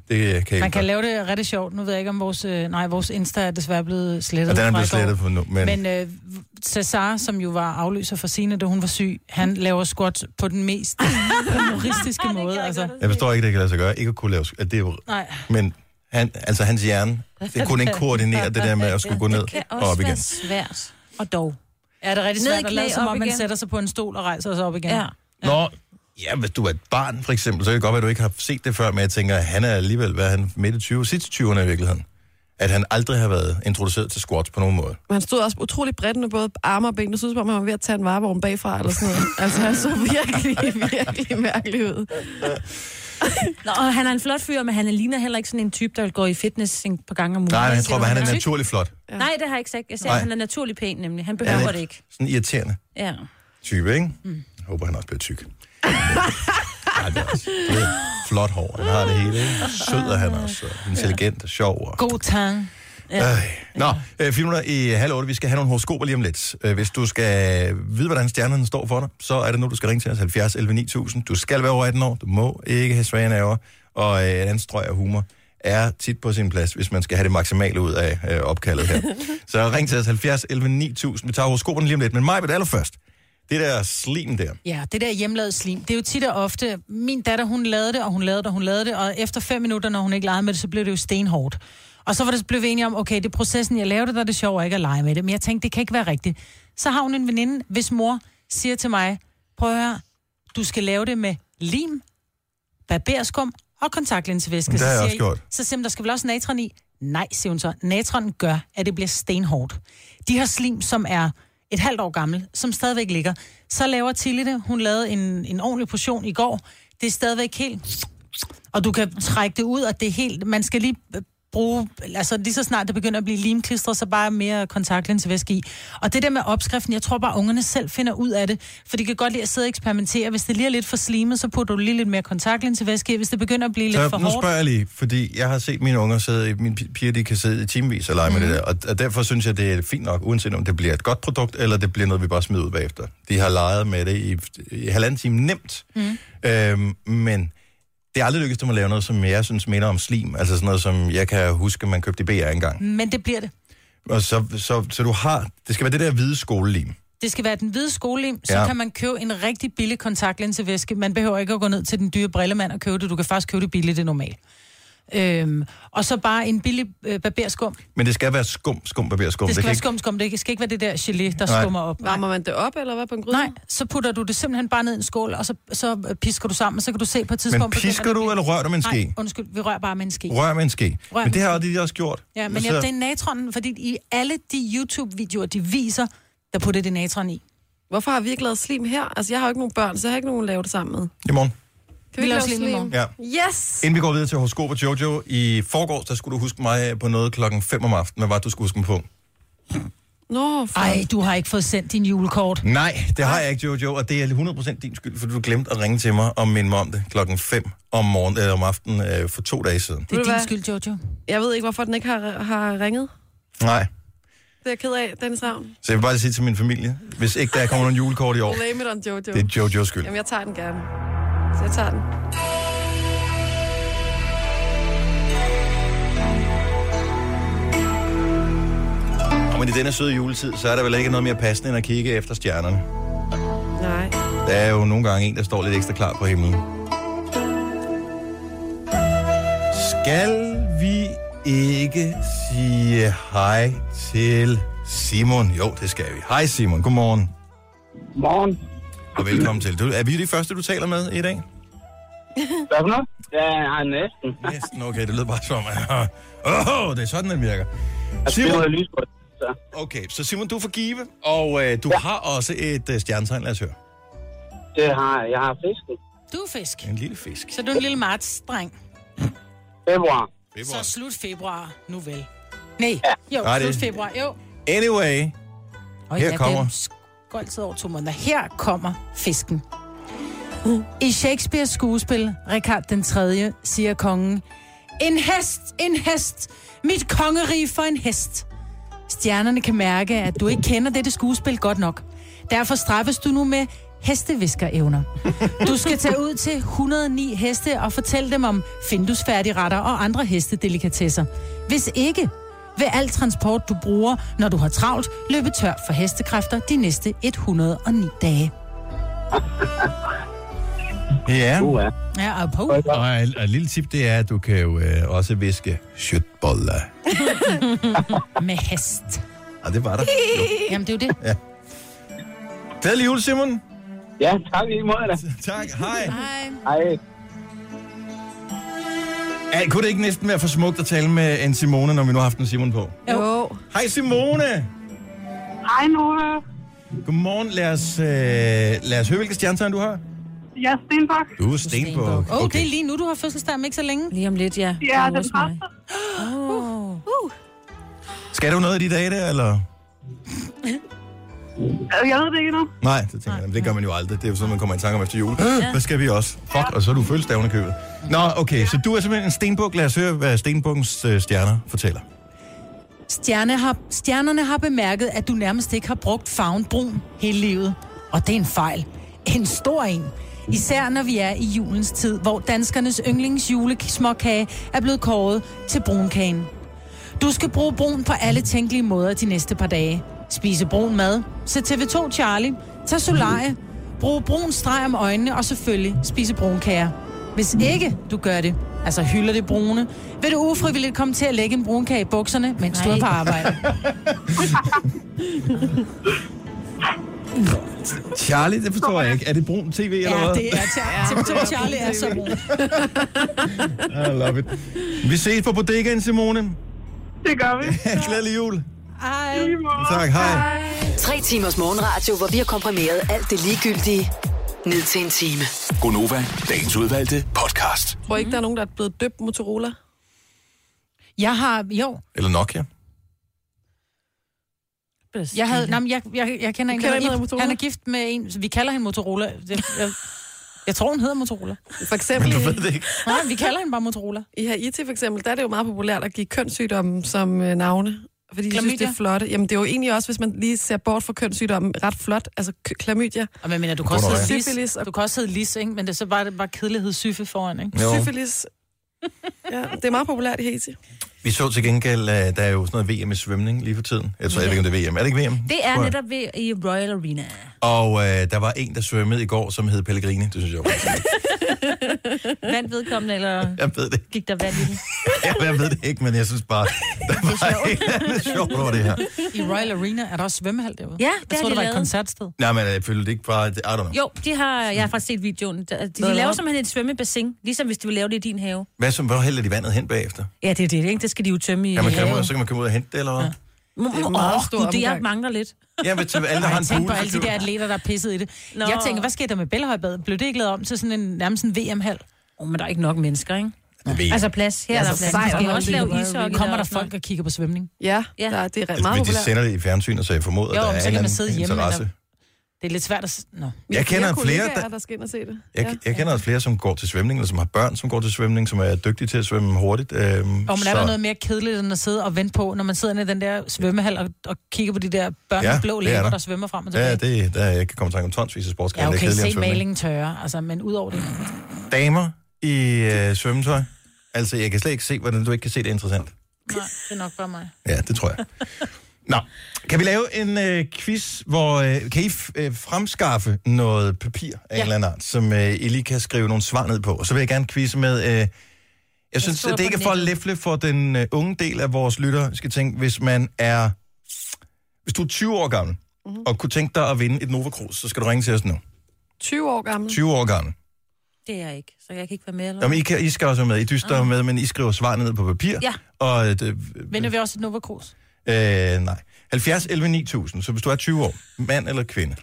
Speaker 1: Det øh, kan
Speaker 2: Man
Speaker 1: hjælpe
Speaker 2: kan
Speaker 1: dig.
Speaker 2: lave det rigtig sjovt. Nu ved jeg ikke, om vores, øh, nej, vores Insta er desværre blevet slettet.
Speaker 1: Og den er
Speaker 2: fra i
Speaker 1: blevet
Speaker 2: går.
Speaker 1: slettet på nu, men, men
Speaker 2: Men øh, Cesar, som jo var afløser for Sine, da hun var syg, han laver squat på den mest humoristiske måde. Altså.
Speaker 1: jeg forstår ikke, det kan lade sig gøre. Ikke at kunne lave... At det er jo
Speaker 2: Nej,
Speaker 1: Men han, altså hans hjerne, det kunne ikke koordinere det der med at skulle gå ned
Speaker 4: Det kan
Speaker 1: og
Speaker 4: også
Speaker 1: op igen.
Speaker 4: være svært. Og dog.
Speaker 2: er det rigtig
Speaker 4: Ned i
Speaker 2: svært at
Speaker 4: knæ,
Speaker 2: lade, som
Speaker 4: op
Speaker 2: om man
Speaker 4: igen.
Speaker 2: sætter sig på en stol og rejser sig op igen?
Speaker 4: Ja.
Speaker 1: Nå, ja, hvis du er et barn for eksempel, så kan det godt være, at du ikke har set det før, men jeg tænker, han er alligevel, hvad er han midt i 20, sidst i 20'erne i virkeligheden. at han aldrig har været introduceret til squats på nogen måde.
Speaker 3: Men han stod også utrolig bredt med både arme og ben. Det synes som om, han var ved at tage en varevogn bagfra eller sådan noget. Altså, han så virkelig, virkelig mærkelig ud.
Speaker 8: Nå, og han er en flot fyr, men han ligner heller ikke sådan en type, der går i fitness en par gange om ugen.
Speaker 1: Nej, men jeg
Speaker 8: siger,
Speaker 1: tror bare, han er
Speaker 8: tyk.
Speaker 1: naturlig flot.
Speaker 8: Nej, det har jeg ikke sagt. Jeg siger,
Speaker 1: Nej.
Speaker 8: at han er naturlig pæn, nemlig. Han behøver det ikke.
Speaker 1: Sådan en irriterende
Speaker 8: Ja.
Speaker 1: type, ikke? Mm. Jeg håber, han også bliver tyk. Nej, det er også det er flot hår. Han har det hele, ikke? Sød er han også. og Intelligent og sjov. Og...
Speaker 4: God tang.
Speaker 1: Øh. Nå, øh, fire minutter i halv otte. Vi skal have nogle horoskoper lige om lidt. Øh, Hvis du skal vide, hvordan stjernerne står for dig, så er det nu, du skal ringe til os 70 11 9000. Du skal være over 18 år. Du må ikke have svage naver. Og øh, en anden strøg af humor er tit på sin plads, hvis man skal have det maksimale ud af øh, opkaldet her. så ring til os 70 11 9000. Vi tager horoskoperne lige om lidt. Men mig vil allerførst. Det der slim der.
Speaker 4: Ja, det der hjemlavede slim, det er jo tit og ofte, min datter, hun lavede det, og hun lavede det, og hun lavede det, og efter fem minutter, når hun ikke legede med det, så blev det jo stenhårdt. Og så var det, blev vi enige om, okay, det er processen, jeg lavede det, der er det sjovt ikke at lege med det, men jeg tænkte, det kan ikke være rigtigt. Så har hun en veninde, hvis mor siger til mig, prøv at høre, du skal lave det med lim, barberskum og kontaktlinsevæske.
Speaker 1: Det har
Speaker 4: Så
Speaker 1: jeg
Speaker 4: siger
Speaker 1: også gjort.
Speaker 4: Så siger hun, der skal vel også natron i? Nej, siger hun så. Natron gør, at det bliver stenhårdt. De har slim, som er et halvt år gammel, som stadigvæk ligger. Så laver Tilly det. Hun lavede en, en ordentlig portion i går. Det er stadigvæk helt... Og du kan trække det ud, og det er helt... Man skal lige øh, bruge... Altså lige så snart det begynder at blive limklistret, så bare mere kontaktlinsevæske i. Og det der med opskriften, jeg tror bare, ungerne selv finder ud af det. For de kan godt lide at sidde og eksperimentere. Hvis det lige er lidt for slimet, så putter du lige lidt mere kontaktlinsevæske i. Hvis det begynder at blive lidt
Speaker 1: Så
Speaker 4: for
Speaker 1: nu
Speaker 4: hårdt...
Speaker 1: spørger jeg lige, fordi jeg har set mine unger sidde, i- mine pi- piger, de kan sidde i timevis og lege med
Speaker 4: Mhm.
Speaker 1: det der, og, og derfor synes jeg, det er fint nok, uanset om det bliver et godt produkt, eller det bliver noget, vi bare smider ud bagefter. De har leget med det i, i halvanden time nemt,
Speaker 4: Mhm.
Speaker 1: mm. øhm, men det er aldrig lykkedes dem at lave noget, som jeg synes minder om slim, altså sådan noget, som jeg kan huske, man købte i BR engang.
Speaker 4: Men det bliver det.
Speaker 1: Og så, så, så du har, det skal være det der hvide skolelim.
Speaker 4: Det skal være den hvide skolelim, så
Speaker 1: Ja.
Speaker 4: ja. kan man købe en rigtig billig kontaktlinsevæske. Man behøver ikke at gå ned til den dyre brillemand og købe det. Du kan faktisk købe det billigt, det er normalt. Øhm, og så bare en billig øh, barberskum.
Speaker 1: Men det skal være skum, skum, barberskum.
Speaker 4: Det skal
Speaker 1: kan
Speaker 4: være
Speaker 1: ikke-
Speaker 4: skum, skum. Det ikke- skal ikke være det der gelé,
Speaker 1: Nej.
Speaker 4: der Nej. skummer op. Nej.
Speaker 3: Varmer man det op, eller hvad, på en gryde?
Speaker 4: Nej, så putter du det simpelthen bare ned i en skål, og så, så øh, pisker du sammen, og så kan du se på et tidspunkt...
Speaker 1: Men pisker du, eller rører du med en ske?
Speaker 4: Nej, undskyld, vi rører bare med en ske.
Speaker 1: Rør med en ske.
Speaker 4: Rør
Speaker 1: men
Speaker 4: med
Speaker 1: det har
Speaker 4: en
Speaker 1: de også gjort.
Speaker 4: Ja, men
Speaker 1: Så-
Speaker 4: jeg, det er natronen, fordi i alle de YouTube-videoer, de viser, der putter det natron i.
Speaker 3: Hvorfor har vi ikke lavet slim her? Altså, jeg har jo ikke nogen børn, så jeg har ikke nogen at lave det sammen med.
Speaker 1: I morgen.
Speaker 3: Kan vi,
Speaker 4: Vi
Speaker 3: ikke lave
Speaker 4: laver slim i
Speaker 3: slim?
Speaker 4: morgen.
Speaker 1: Ja.
Speaker 3: Yes!
Speaker 1: Inden vi går videre til horoskop og Jojo, i forgårs, der skulle du huske mig på noget klokken 5 om aftenen. Hvad var det, du skulle huske mig på?
Speaker 3: Nå, for...
Speaker 4: Ej, du har ikke fået sendt din julekort.
Speaker 1: Nej, det har jeg ikke, Jojo, og det er 100% din skyld, for du glemte at ringe til mig og minde mig om det klokken 5 om, morgen, øh, om aftenen øh, for to dage siden.
Speaker 4: Det
Speaker 3: du
Speaker 4: er din
Speaker 3: hvad?
Speaker 4: skyld, Jojo.
Speaker 3: Jeg ved ikke, hvorfor den ikke har, har ringet.
Speaker 1: Nej,
Speaker 3: Det er jeg ked af, Dennis Ravn.
Speaker 1: så jeg vil bare lige sige til min familie, hvis ikke der kommer nogen julekort i år,
Speaker 3: Blame it on Jojo.
Speaker 1: det er Jojos skyld.
Speaker 3: Jamen, jeg tager den gerne. Så jeg tager den.
Speaker 1: Og men i denne søde juletid, så er der vel ikke noget mere passende end at kigge efter stjernerne.
Speaker 3: Nej.
Speaker 1: Der er jo nogle gange en, der står lidt ekstra klar på himlen. Skal vi ikke sige hej til Simon? Jo, det skal vi. Hej Simon, godmorgen
Speaker 9: Morgen.
Speaker 1: og velkommen til. Du, er vi de første, du taler med i dag?
Speaker 9: Hvad for noget? Ja, nej, næsten.
Speaker 1: Næsten, okay, det lyder bare som, at Åh, det er sådan, den virker.
Speaker 9: Altså, det
Speaker 1: Simon,
Speaker 9: var lys på det, så.
Speaker 1: okay, så Simon, du er for give, og øh, du har også et øh, stjernetegn, lad os høre.
Speaker 9: Det har, jeg har fisken.
Speaker 4: Du er fisk.
Speaker 1: En lille fisk.
Speaker 4: Så du er en lille marts-dreng.
Speaker 9: Februar.
Speaker 4: Så slut februar, nu vel. Nej,
Speaker 1: Nej,
Speaker 4: jo, Nej,
Speaker 1: det-
Speaker 4: slut februar, jo.
Speaker 1: Anyway,
Speaker 4: Og
Speaker 1: Her kommer-
Speaker 4: Det går altid over to måneder. Her kommer fisken. I Shakespeares skuespil, Richard den 3., siger kongen, En hest, en hest, mit kongerige for en hest. Stjernerne kan mærke, at du ikke kender dette skuespil godt nok. Derfor straffes du nu med hesteviskerevner. Du skal tage ud til 109 heste og fortælle dem om findusfærdigretter og andre hestedelikatesser. Hvis ikke, vil al transport, du bruger, når du har travlt, løbe tør for hestekræfter de næste 109 dage.
Speaker 1: ja.
Speaker 9: Uha.
Speaker 4: Ja, og på.
Speaker 1: Og et, et lille tip, det er, at du kan jo øh, også viske shitboller.
Speaker 4: Med hest.
Speaker 1: Og det var der.
Speaker 4: Jamen, det er jo det.
Speaker 1: Glædelig jul, Simon.
Speaker 9: Ja, tak i lige måde da.
Speaker 1: Tak, hej.
Speaker 4: Hej.
Speaker 9: Hej.
Speaker 1: Ej, kunne det ikke næsten være for smukt at tale med en Simone, når vi nu har haft en Simon på?
Speaker 2: Jo.
Speaker 3: Jo.
Speaker 1: Hej Simone!
Speaker 7: Hej Nova.
Speaker 1: Godmorgen, lad os, øh, lad os høre, hvilke stjernetegn du har.
Speaker 7: Jeg er Stenbak.
Speaker 1: Du er Stenbog.
Speaker 2: Åh, oh, okay. det er lige nu, du har fødselsdag om ikke så længe.
Speaker 4: Lige om lidt, ja.
Speaker 7: Jeg er
Speaker 4: Hjemme
Speaker 7: den
Speaker 4: hos mig.
Speaker 7: første.
Speaker 1: Skal du noget i de dage der, eller?
Speaker 7: Øh, Jeg ved det ikke endnu.
Speaker 1: Nej, det tænker jeg. men Det gør man jo aldrig. Det er jo sådan, man kommer i tanke om efter jul. Ja. Hvad skal vi også? Fuck, og så er du følelsdavne købet. Nå, okay, så du er simpelthen en stenbuk. Lad os høre, hvad stenbukkens øh, stjerner fortæller.
Speaker 2: Stjerne har, stjernerne har bemærket, at du nærmest ikke har brugt farven brun hele livet. Og det er en fejl. En stor en. Især når vi er i julens tid, hvor danskernes yndlings julesmåkage er blevet kåret til brunkagen. Du skal bruge brun på alle tænkelige måder de næste par dage. Spise brun mad, se TV2 Charlie, tag solarie, brug brun streg om øjnene og selvfølgelig spise brunkager. Hvis ikke du gør det, altså hylder det brune, vil du ufrivilligt komme til at lægge en brunkage i bukserne, mens du er på
Speaker 4: Nej.
Speaker 2: arbejde.
Speaker 1: Charlie, det forstår jeg ikke. Er det brun tv eller
Speaker 2: Ja,
Speaker 1: hvad?
Speaker 2: det er Char- TV2 Charlie er så brun.
Speaker 1: I love it. Vi ses på bodegaen, Simone.
Speaker 7: Det gør vi.
Speaker 1: Glædelig jul.
Speaker 2: Ej.
Speaker 1: Tak, hej.
Speaker 5: Tre timers morgenradio, hvor vi har komprimeret alt det ligegyldige ned til en time.
Speaker 6: Gonova, dagens udvalgte podcast.
Speaker 3: Tror I ikke, der er nogen, der er blevet døbt Motorola?
Speaker 2: Jeg har, jo,
Speaker 1: Eller Nokia.
Speaker 2: jeg havde, nej, men jeg, jeg, jeg kender en, der
Speaker 3: kender en, der
Speaker 2: hedder
Speaker 3: hedder
Speaker 2: Ib.
Speaker 3: Motorola?
Speaker 2: Han er gift med en, vi kalder hende Motorola. Det, jeg, jeg tror, hun hedder Motorola.
Speaker 3: For eksempel
Speaker 1: Du
Speaker 3: i,
Speaker 1: ved det ikke.
Speaker 2: Nej, vi kalder hende bare Motorola.
Speaker 3: i HIT, for eksempel, der er det jo meget populært at give kønssygdomme som øh, navne. Fordi de synes, det
Speaker 2: Chlamydia?
Speaker 3: er flotte. Jamen, det er jo egentlig også, hvis man lige ser bort fra kønssygdomme, ret flot. Altså, k- klamydia,
Speaker 2: Og hvad mener du, kan også
Speaker 1: Godt
Speaker 2: hedde
Speaker 3: øje.
Speaker 2: Lis.
Speaker 3: Syfilis og-
Speaker 2: Du kan også hedde Lis, ikke? Men det er så bare, det er bare kedelighed syfe foran, ikke?
Speaker 1: Jo.
Speaker 3: syfilis. Ja, det er meget populært i HIT.
Speaker 1: Vi så til gengæld, at der er jo sådan noget VM i svømning lige for tiden. Jeg tror jeg ved ikke, om det er VM. Er det ikke VM?
Speaker 4: Det
Speaker 1: Tror
Speaker 4: er
Speaker 1: jeg.
Speaker 4: netop ved, i Royal Arena.
Speaker 1: Og øh, der var en, der svømmede i går, som hed Pellegrini. Det synes jeg var
Speaker 4: Vandt vedkommende, eller
Speaker 1: Jeg ved det ikke.
Speaker 4: gik der vand i den?
Speaker 1: Jeg, jeg ved det ikke, men jeg synes bare, der var et eller andet sjovt over det her.
Speaker 2: I Royal Arena er der også svømmehal derude.
Speaker 4: Ja, det
Speaker 2: Jeg
Speaker 4: har
Speaker 2: tror,
Speaker 4: de
Speaker 2: det var et
Speaker 4: lavet.
Speaker 2: koncertsted.
Speaker 1: Nej, men jeg følte det ikke bare... I don't know.
Speaker 4: Jo, de har, jeg har faktisk set videoen. De, de laver simpelthen et svømmebassin, ligesom hvis de ville lave det i din have.
Speaker 1: Hvad som, hvor hælder de vandet hen bagefter?
Speaker 4: Ja, det er det, ikke? Det skal de jo tømme i
Speaker 1: Kan man
Speaker 4: haven.
Speaker 1: komme ud, så kan man komme ud og hente det, eller hvad?
Speaker 4: Det
Speaker 3: er en meget stor
Speaker 4: Mm, det jeg
Speaker 3: omgang.
Speaker 4: mangler lidt.
Speaker 1: Ja, men til alle, der har
Speaker 2: Jeg
Speaker 1: en
Speaker 2: tænker
Speaker 1: pool.
Speaker 2: på alle
Speaker 1: så
Speaker 2: de der
Speaker 1: kan-
Speaker 2: atleter, der er pisset i det.
Speaker 4: Nå.
Speaker 2: Jeg tænker, hvad sker der med Bellahøjbadet? Blev det ikke lavet om til sådan en nærmest en VM-hal?
Speaker 4: Oh, men der er ikke nok mennesker, ikke?
Speaker 1: Det ved jeg.
Speaker 4: Altså plads. Her er der
Speaker 3: så
Speaker 4: plads.
Speaker 3: sejt
Speaker 4: Vi
Speaker 3: at
Speaker 4: skal
Speaker 3: holde
Speaker 4: også
Speaker 3: det i
Speaker 4: lave
Speaker 3: Royal
Speaker 4: ishockey.
Speaker 3: Arena.
Speaker 4: der
Speaker 2: Kommer
Speaker 4: er
Speaker 2: der
Speaker 4: også nok.
Speaker 2: folk og kigger på svømning?
Speaker 3: Ja,
Speaker 4: Ja.
Speaker 3: Der, det er
Speaker 1: Altså, men
Speaker 3: meget
Speaker 1: de
Speaker 3: populært.
Speaker 1: sender det i fjernsyn, og så jeg formoder, at
Speaker 2: Jo,
Speaker 1: der
Speaker 2: men
Speaker 1: er
Speaker 2: så
Speaker 1: en
Speaker 2: kan man
Speaker 1: eller
Speaker 2: sidde
Speaker 1: anden
Speaker 2: hjemme,
Speaker 1: interesse.
Speaker 2: eller- Det er lidt svært at... s- Nå.
Speaker 3: Mine
Speaker 1: Jeg kender flere,
Speaker 3: kollegaer,
Speaker 1: der-
Speaker 3: der... skal ind og se det.
Speaker 1: Jeg, jeg kender også flere, som går til svømning, eller som har børn, som går til svømning, som er dygtige til at svømme hurtigt. Øhm,
Speaker 2: Og man er der noget mere kedeligt, end at sidde og vente på, når man sidder inde i den der svømmehal og, og kigger på de der børn
Speaker 1: Ja,
Speaker 2: ja, blå
Speaker 1: det er
Speaker 2: læber,
Speaker 1: der.
Speaker 2: der. svømmer frem og tilbage.
Speaker 1: Ja, det, der, jeg kan komme i tanke om tonsvis af sportsgrene.
Speaker 2: ja
Speaker 1: der er
Speaker 2: okay,
Speaker 1: kedeligere end
Speaker 2: se
Speaker 1: svømning.
Speaker 2: malingen tørre, altså, men ud over det.
Speaker 1: damer i øh, svømmetøj. Altså, jeg kan slet ikke se, hvordan du ikke kan se det er interessant.
Speaker 2: Nej, det er nok bare mig.
Speaker 1: Ja, det tror jeg. Nå, kan vi lave en øh, quiz, hvor øh, kan I f- øh, fremskaffe noget papir af ja. en
Speaker 2: Ja.
Speaker 1: eller anden art, som øh, I lige kan skrive nogle svar ned på? Og så vil jeg gerne quizze med... Øh, jeg synes,
Speaker 4: skriver
Speaker 1: at det ikke
Speaker 4: på
Speaker 1: er for at
Speaker 4: nettet.
Speaker 1: læfle for den øh, unge del af vores lytter. skal tænke, hvis man er... Hvis du er 20 år gammel,
Speaker 4: Mhm.
Speaker 1: mm-hmm. og kunne tænke dig at vinde et Nova Cruz, så skal du ringe til os nu.
Speaker 3: 20 år gammel.
Speaker 1: 20 år gammel.
Speaker 4: Det er jeg ikke, så jeg kan ikke være med. Eller?
Speaker 1: Jamen, I, kan, I skal også være med. I dyster med, men I skriver svarene ned på papir.
Speaker 4: Ah. Ja.
Speaker 1: Og, øh, det-
Speaker 2: Vinder vi også et Nova Cruz?
Speaker 1: øh, nej. 70 11 9000. Så hvis du er 20 år, mand eller kvinde,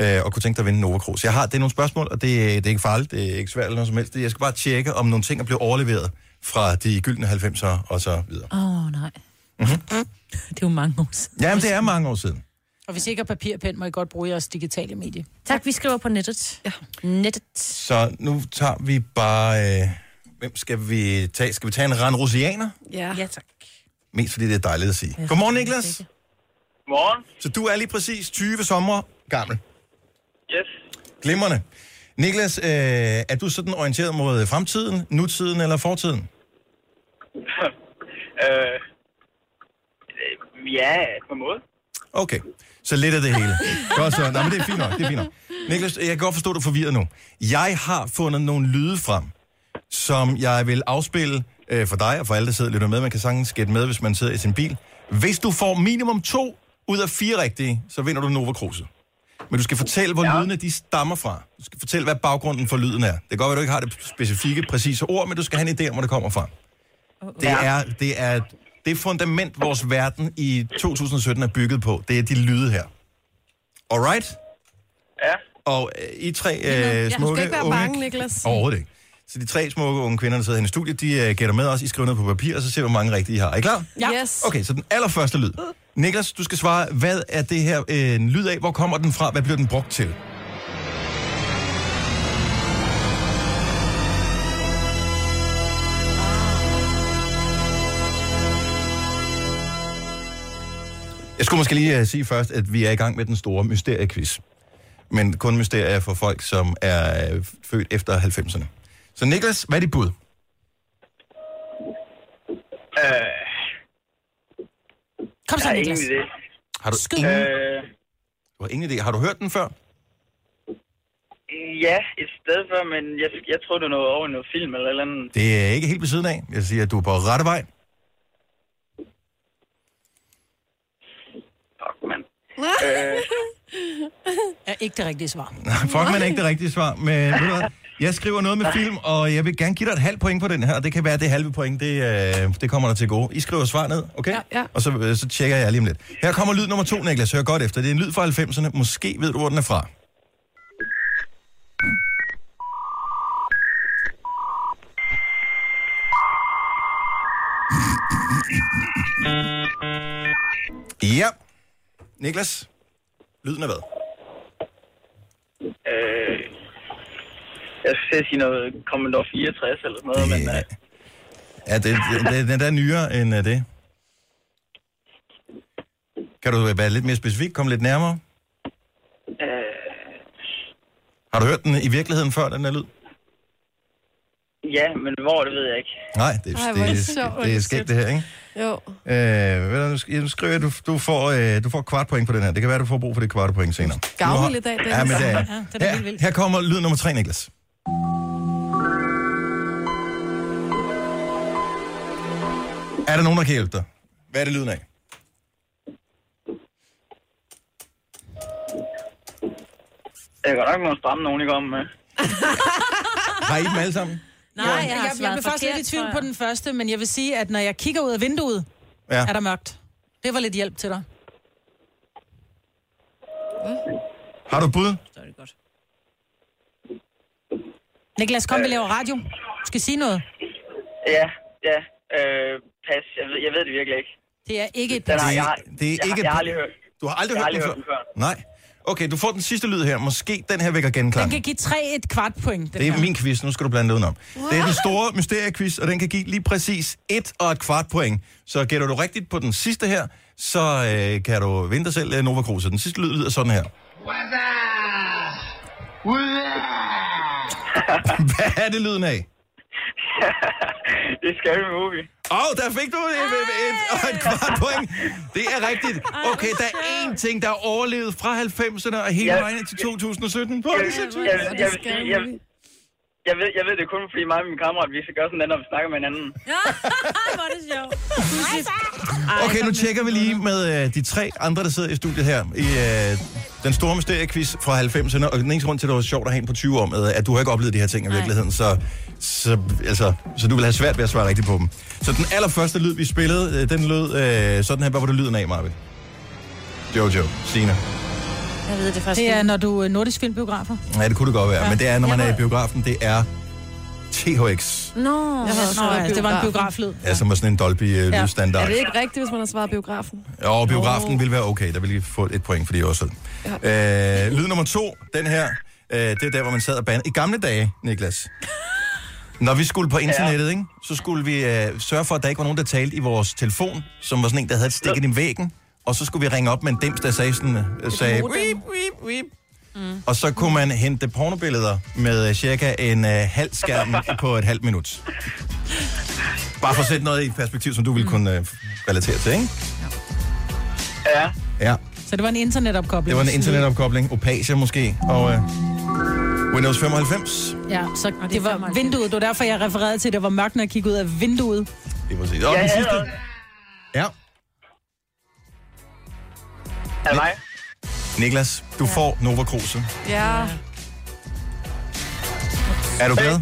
Speaker 1: øh, og kunne tænke dig at vinde Nova Cruz. Jeg har, det er nogle spørgsmål, og det, det er ikke farligt, det er ikke svært eller noget som helst. Jeg skal bare tjekke, om nogle ting er blevet overleveret fra de gyldne 90'er og så videre.
Speaker 4: Åh, oh, nej.
Speaker 2: Mm-hmm.
Speaker 4: det er jo mange år siden.
Speaker 1: Jamen, det er mange år siden.
Speaker 2: Og hvis I ikke har papirpen, må I godt bruge jeres digitale medie.
Speaker 4: Tak, vi skriver på nettet. Ja. Nettet.
Speaker 1: Så nu tager vi bare... Øh, hvem skal vi tage? Skal vi tage en Rand Rosianer?
Speaker 3: Ja.
Speaker 4: Ja, tak.
Speaker 1: Mest fordi det er dejligt at sige. Godmorgen, Niklas.
Speaker 9: Morgen.
Speaker 1: Så du er lige præcis 20 sommer gammel.
Speaker 9: Yes.
Speaker 1: Glimrende. Niklas, øh, er du sådan orienteret mod fremtiden, nutiden eller fortiden?
Speaker 9: øh, øh, ja, på en måde.
Speaker 1: Okay, så lidt af det hele. Godt så. Nej, men det er fint nok, det er fint nok. Niklas, jeg kan godt forstå, at du er forvirret nu. Jeg har fundet nogle lyde frem, som jeg vil afspille øh, for dig og for alle, der sidder og lytter med. Man kan sagtens gætte med, hvis man sidder i sin bil. Hvis du får minimum to ud af fire rigtige, så vinder du Nova Cruise. Men du skal fortælle, hvor ja. lydene de stammer fra. Du skal fortælle, hvad baggrunden for lyden er. Det kan godt være, du ikke har det specifikke, præcise ord, men du skal have en idé om, hvor det kommer fra. Det er, det er det fundament, vores verden i 2017 er bygget på. Det er de lyde her. Alright?
Speaker 9: Ja.
Speaker 1: Og øh, I tre øh, smukke
Speaker 3: Du skal ikke være
Speaker 1: unge...
Speaker 3: bange, Niklas.
Speaker 1: Overhovedet ikke. Så de tre smukke unge kvinder, der sidder her i studiet, de øh, gætter med os. I skriver ned på papir, og så ser vi, hvor mange rigtige I har. Er I klar?
Speaker 3: Ja. Yes.
Speaker 1: Okay, så den allerførste lyd. Niklas, du skal svare, hvad er det her øh, en lyd af? Hvor kommer den fra? Hvad bliver den brugt til? Jeg skulle måske lige øh, sige først, at vi er i gang med den store mysteriequiz. Men kun mysterier for folk, som er øh, født efter 90'erne. Så Niklas, hvad er dit bud?
Speaker 9: Øh,
Speaker 2: Kom
Speaker 9: jeg
Speaker 2: så,
Speaker 9: har
Speaker 2: Niklas.
Speaker 9: ingen idé.
Speaker 1: Har du
Speaker 2: Skyd.
Speaker 1: ingen,
Speaker 9: Øh,
Speaker 1: du har ingen idé? Har du hørt den før?
Speaker 9: ja, et sted før, men jeg, jeg tror, det er noget over i noget film eller et eller andet.
Speaker 1: Det er ikke helt ved siden af. Jeg siger, at du er på rette vej.
Speaker 9: Fuck, mand. øh,
Speaker 2: Er ikke det rigtige svar.
Speaker 1: Fuck, man er ikke det rigtige svar. Men ved du hvad? Jeg skriver noget med film, og jeg vil gerne give dig et halvt point på den her. og Det kan være, at det halve point, det, øh, det kommer dig til gode. I skriver svar ned, okay?
Speaker 3: Ja, ja.
Speaker 1: Og så, øh, så tjekker jeg lige om lidt. Her kommer lyd nummer to, Niklas. Hør godt efter. Det er en lyd fra 90'erne. Måske ved du, hvor den er fra. Ja. Niklas, lyden er hvad?
Speaker 9: øh, jeg skal til at sige noget Commodore 64 eller sådan noget, men øh,
Speaker 1: Ja, det, det, det, den er nyere end øh, det. Kan du være lidt mere specifik? Kom lidt nærmere.
Speaker 9: øh,
Speaker 1: Har du hørt den i virkeligheden før, den her lyd?
Speaker 9: ja, men hvor, det ved jeg ikke.
Speaker 1: Nej, det,
Speaker 3: Ej,
Speaker 1: Ej,
Speaker 3: hvor er
Speaker 1: det,
Speaker 3: det
Speaker 1: det,
Speaker 3: sjovt,
Speaker 1: det, det er skægt det her, ikke?
Speaker 3: Jo.
Speaker 1: Øh, ved du, nu sk- nu skriver jeg, du, du, får, øh, du får et kvart point på den her. Det kan være, du får brug for det kvarte point senere.
Speaker 3: Gavmild
Speaker 1: Nu har-
Speaker 3: i dag, Dennis.
Speaker 1: Ja, men det er,
Speaker 2: Ja, den er helt
Speaker 1: her,
Speaker 2: vild.
Speaker 1: her kommer lyd nummer tre, Niklas. Er der nogen, der kan hjælpe dig? Hvad er det lyden af?
Speaker 9: Jeg kan godt nok må stramme nogen, ikke om... Øh.
Speaker 1: Har I dem alle sammen?
Speaker 4: Nej,
Speaker 2: Jeg, jeg, jeg blev faktisk lidt i tvivl på den første, men jeg vil sige, at når jeg kigger ud af vinduet,
Speaker 1: Ja.
Speaker 2: er der mørkt. Det var lidt hjælp til dig.
Speaker 1: Har du et bud?
Speaker 4: Så er det godt.
Speaker 2: Niklas, kom, vi laver radio. Du skal sige noget.
Speaker 9: Ja, ja. Øh, pas. Jeg ved, jeg ved det virkelig ikke.
Speaker 2: Det er ikke et
Speaker 9: Den har,
Speaker 1: Det-
Speaker 9: jeg,
Speaker 1: det er
Speaker 9: jeg,
Speaker 1: ikke
Speaker 9: jeg,
Speaker 1: et
Speaker 9: jeg har
Speaker 1: par-
Speaker 9: aldrig hørt.
Speaker 1: Du har aldrig
Speaker 9: Jeg har
Speaker 1: hørt,
Speaker 9: aldrig
Speaker 1: den, før? Nej. Okay, du får den sidste lyd her. Måske den her vækker genklang.
Speaker 2: Den kan give tre et kvart point. Den
Speaker 1: Det er
Speaker 2: her.
Speaker 1: min quiz, nu skal du blande det udenom. Det er den store mysteriequiz, og den kan give lige præcis et og et kvart point. Så gætter du rigtigt på den sidste her, så øh, kan du vinde dig selv øh, Nova Cruz. Den sidste lyd lyder sådan her. Hvad er det lyden af?
Speaker 9: det er Scary Movie.
Speaker 1: Åh, oh, der fik du et, et, et, et kvart point. Det er rigtigt. Okay, der er én ting, der er overlevet fra 90'erne og hele
Speaker 9: Ja.
Speaker 1: vejen ind til 2017. Hvor er det sindssygt.
Speaker 9: Jeg,
Speaker 3: Og
Speaker 9: jeg,
Speaker 3: det
Speaker 9: vil
Speaker 3: skal
Speaker 9: sige,
Speaker 3: jeg
Speaker 9: jeg, jeg, ved, jeg ved det kun, fordi mig og min kammerat, vi skal gøre sådan, der, når vi snakker med hinanden.
Speaker 4: Ja, hvor er det sjovt.
Speaker 1: Okay, nu tjekker vi lige med øh, de tre andre, der sidder i studiet her. I øh, den store mysteriequiz fra 90'erne. Og den eneste grund til, at det var sjovt at have en på 20 år med, at du har ikke oplevet de her ting i virkeligheden. Så, så, altså, så du vil have svært ved at svare rigtigt på dem. Så den allerførste lyd, vi spillede, øh, den lød øh, sådan her. Hvad var det lyden af, Marvin? Jojo, Sina.
Speaker 4: Jeg ved det faktisk
Speaker 2: Det er,
Speaker 4: ikke.
Speaker 2: når du er nordisk filmbiografer.
Speaker 1: Ja, det kunne det godt være. Ja. Men det er, når man
Speaker 4: Jeg
Speaker 1: er i
Speaker 4: var-
Speaker 1: biografen, det er THX.
Speaker 3: Jeg
Speaker 4: Nå,
Speaker 3: har
Speaker 2: Nå, ja,
Speaker 3: svaret
Speaker 2: det var en
Speaker 3: biografen.
Speaker 2: biograflyd.
Speaker 1: Ja, som er altså sådan en øh, Dolby-lydstandard.
Speaker 3: Er det ikke rigtigt, hvis man har svaret biografen?
Speaker 1: Jo, biografen ville være okay. Der ville I få et point, fordi jeg også ja. øh, Lyd nummer to, den her, øh, det er der, hvor man sad og bandede. I gamle dage, Niklas, når vi skulle på internettet, ikke, så skulle vi øh, sørge for, at der ikke var nogen, der talte i vores telefon, som var sådan en, der havde et stik ind i væggen, og så skulle vi ringe op med en dims, der sagde sådan, øh, sagde, weep, weep, weep. Mm. Og så kunne man hente pornobilleder med øh, cirka en øh, halv skærm på et halvt minut. Bare for at sætte noget i perspektiv, som du ville kunne øh, relatere til, ikke?
Speaker 9: Ja,
Speaker 1: Ja.
Speaker 2: Så det var en internetopkobling.
Speaker 1: Det var en internetopkobling, Opasia måske, og øh, Windows 95.
Speaker 2: Ja, så det var vinduet. Det var derfor, jeg refererede til, at det var mørkt, når jeg kiggede ud af vinduet.
Speaker 1: Det var set. Og
Speaker 9: ja,
Speaker 1: den
Speaker 9: ja,
Speaker 1: sidste.
Speaker 9: ja.
Speaker 1: Ja.
Speaker 9: Er det mig?
Speaker 1: Niklas, du ja. får Nova Kruse.
Speaker 3: Ja.
Speaker 1: Er du glad?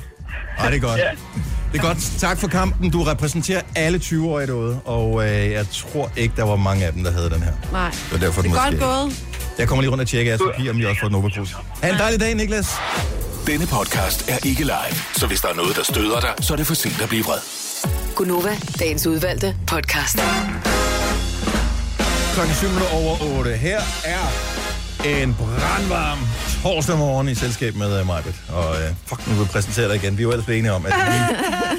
Speaker 1: Nej, det er godt. Det er godt. Tak for kampen. Du repræsenterer alle 20-årige derude, og øh, jeg tror ikke, der var mange af dem, der havde den her.
Speaker 3: Nej.
Speaker 1: Det var derfor,
Speaker 3: Det
Speaker 1: den
Speaker 3: er
Speaker 1: måske
Speaker 3: godt
Speaker 1: ikke.
Speaker 3: gået.
Speaker 1: Jeg kommer lige rundt og tjekker jeres papir, om I også får Nova Cruz. Ha' en dejlig dag, Niklas.
Speaker 6: Denne podcast er ikke live, så hvis der er noget, der støder dig, så er det for sent at blive vred.
Speaker 5: Gunova, dagens udvalgte podcast.
Speaker 1: Klokken 7 minutter over 8. Her er en brandvarm torsdag morgen i selskab med uh, Majbet. Og uh, fuck, nu vil jeg præsentere dig igen. Vi var ellers blevet enige om, at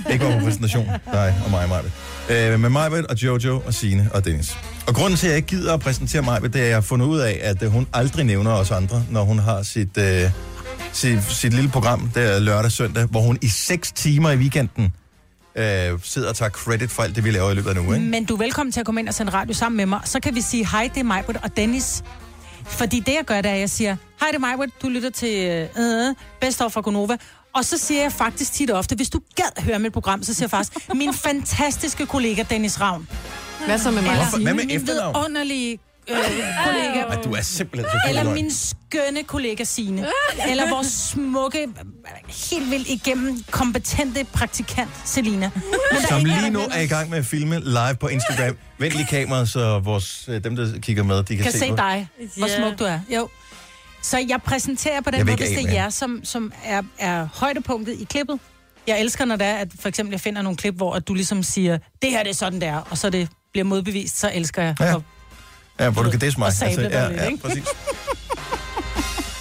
Speaker 1: vi ikke var på præsentation. Dig og mig, Majbet. Uh, med Majbet og Jojo og Sine og Dennis. Og grunden til, at jeg ikke gider at præsentere Majbet, det er, at jeg har fundet ud af, at uh, hun aldrig nævner os andre, når hun har sit, uh, sit, sit lille program der lørdag søndag, hvor hun i 6 timer i weekenden uh, sidder og tager credit for alt det, vi laver i løbet af en uge. Ikke?
Speaker 2: Men du er velkommen til at komme ind og sende radio sammen med mig. Så kan vi sige, hej, det er mig, og Dennis. Fordi det, jeg gør, det er, at jeg siger, hej, det er mig, du lytter til øh, Best of fra Gonova. Og så siger jeg faktisk tit og ofte, hvis du gad høre mit program, så siger jeg faktisk, min fantastiske kollega Dennis Ravn.
Speaker 3: Hvad så med mig?
Speaker 2: Eller
Speaker 1: Hvad med
Speaker 2: min
Speaker 1: efternavn?
Speaker 2: vidunderlige øh, kollega.
Speaker 1: Ej, du er simpelthen så
Speaker 2: Eller
Speaker 1: fuld af
Speaker 2: min skønne kollega Sine. Eller vores smukke, helt vildt igennem kompetente praktikant Selina. Men der
Speaker 1: Som
Speaker 2: ikke
Speaker 1: lige nu er i gang med at filme live på Instagram. Vend lige kameraet, så vores, øh, dem, der kigger med, de kan,
Speaker 2: kan
Speaker 1: se,
Speaker 2: se
Speaker 1: på.
Speaker 2: dig. Hvor
Speaker 4: Ja.
Speaker 2: smuk du er. Jo. Så jeg præsenterer på den
Speaker 1: Jeg vil ikke
Speaker 2: måde, hvis
Speaker 1: af
Speaker 2: det
Speaker 1: med
Speaker 2: er jer, som, som er, er højdepunktet i klippet. Jeg elsker, når det er, at for eksempel jeg finder nogle klip, hvor at du ligesom siger, det her det er sådan, det er, og så det bliver modbevist, så elsker jeg.
Speaker 1: Ja.
Speaker 2: Og
Speaker 1: Ja, hvor du kan disse mig. Altså,
Speaker 2: Og sable dig
Speaker 1: ja,
Speaker 2: lidt,
Speaker 1: ja,
Speaker 2: ikke?
Speaker 1: præcis.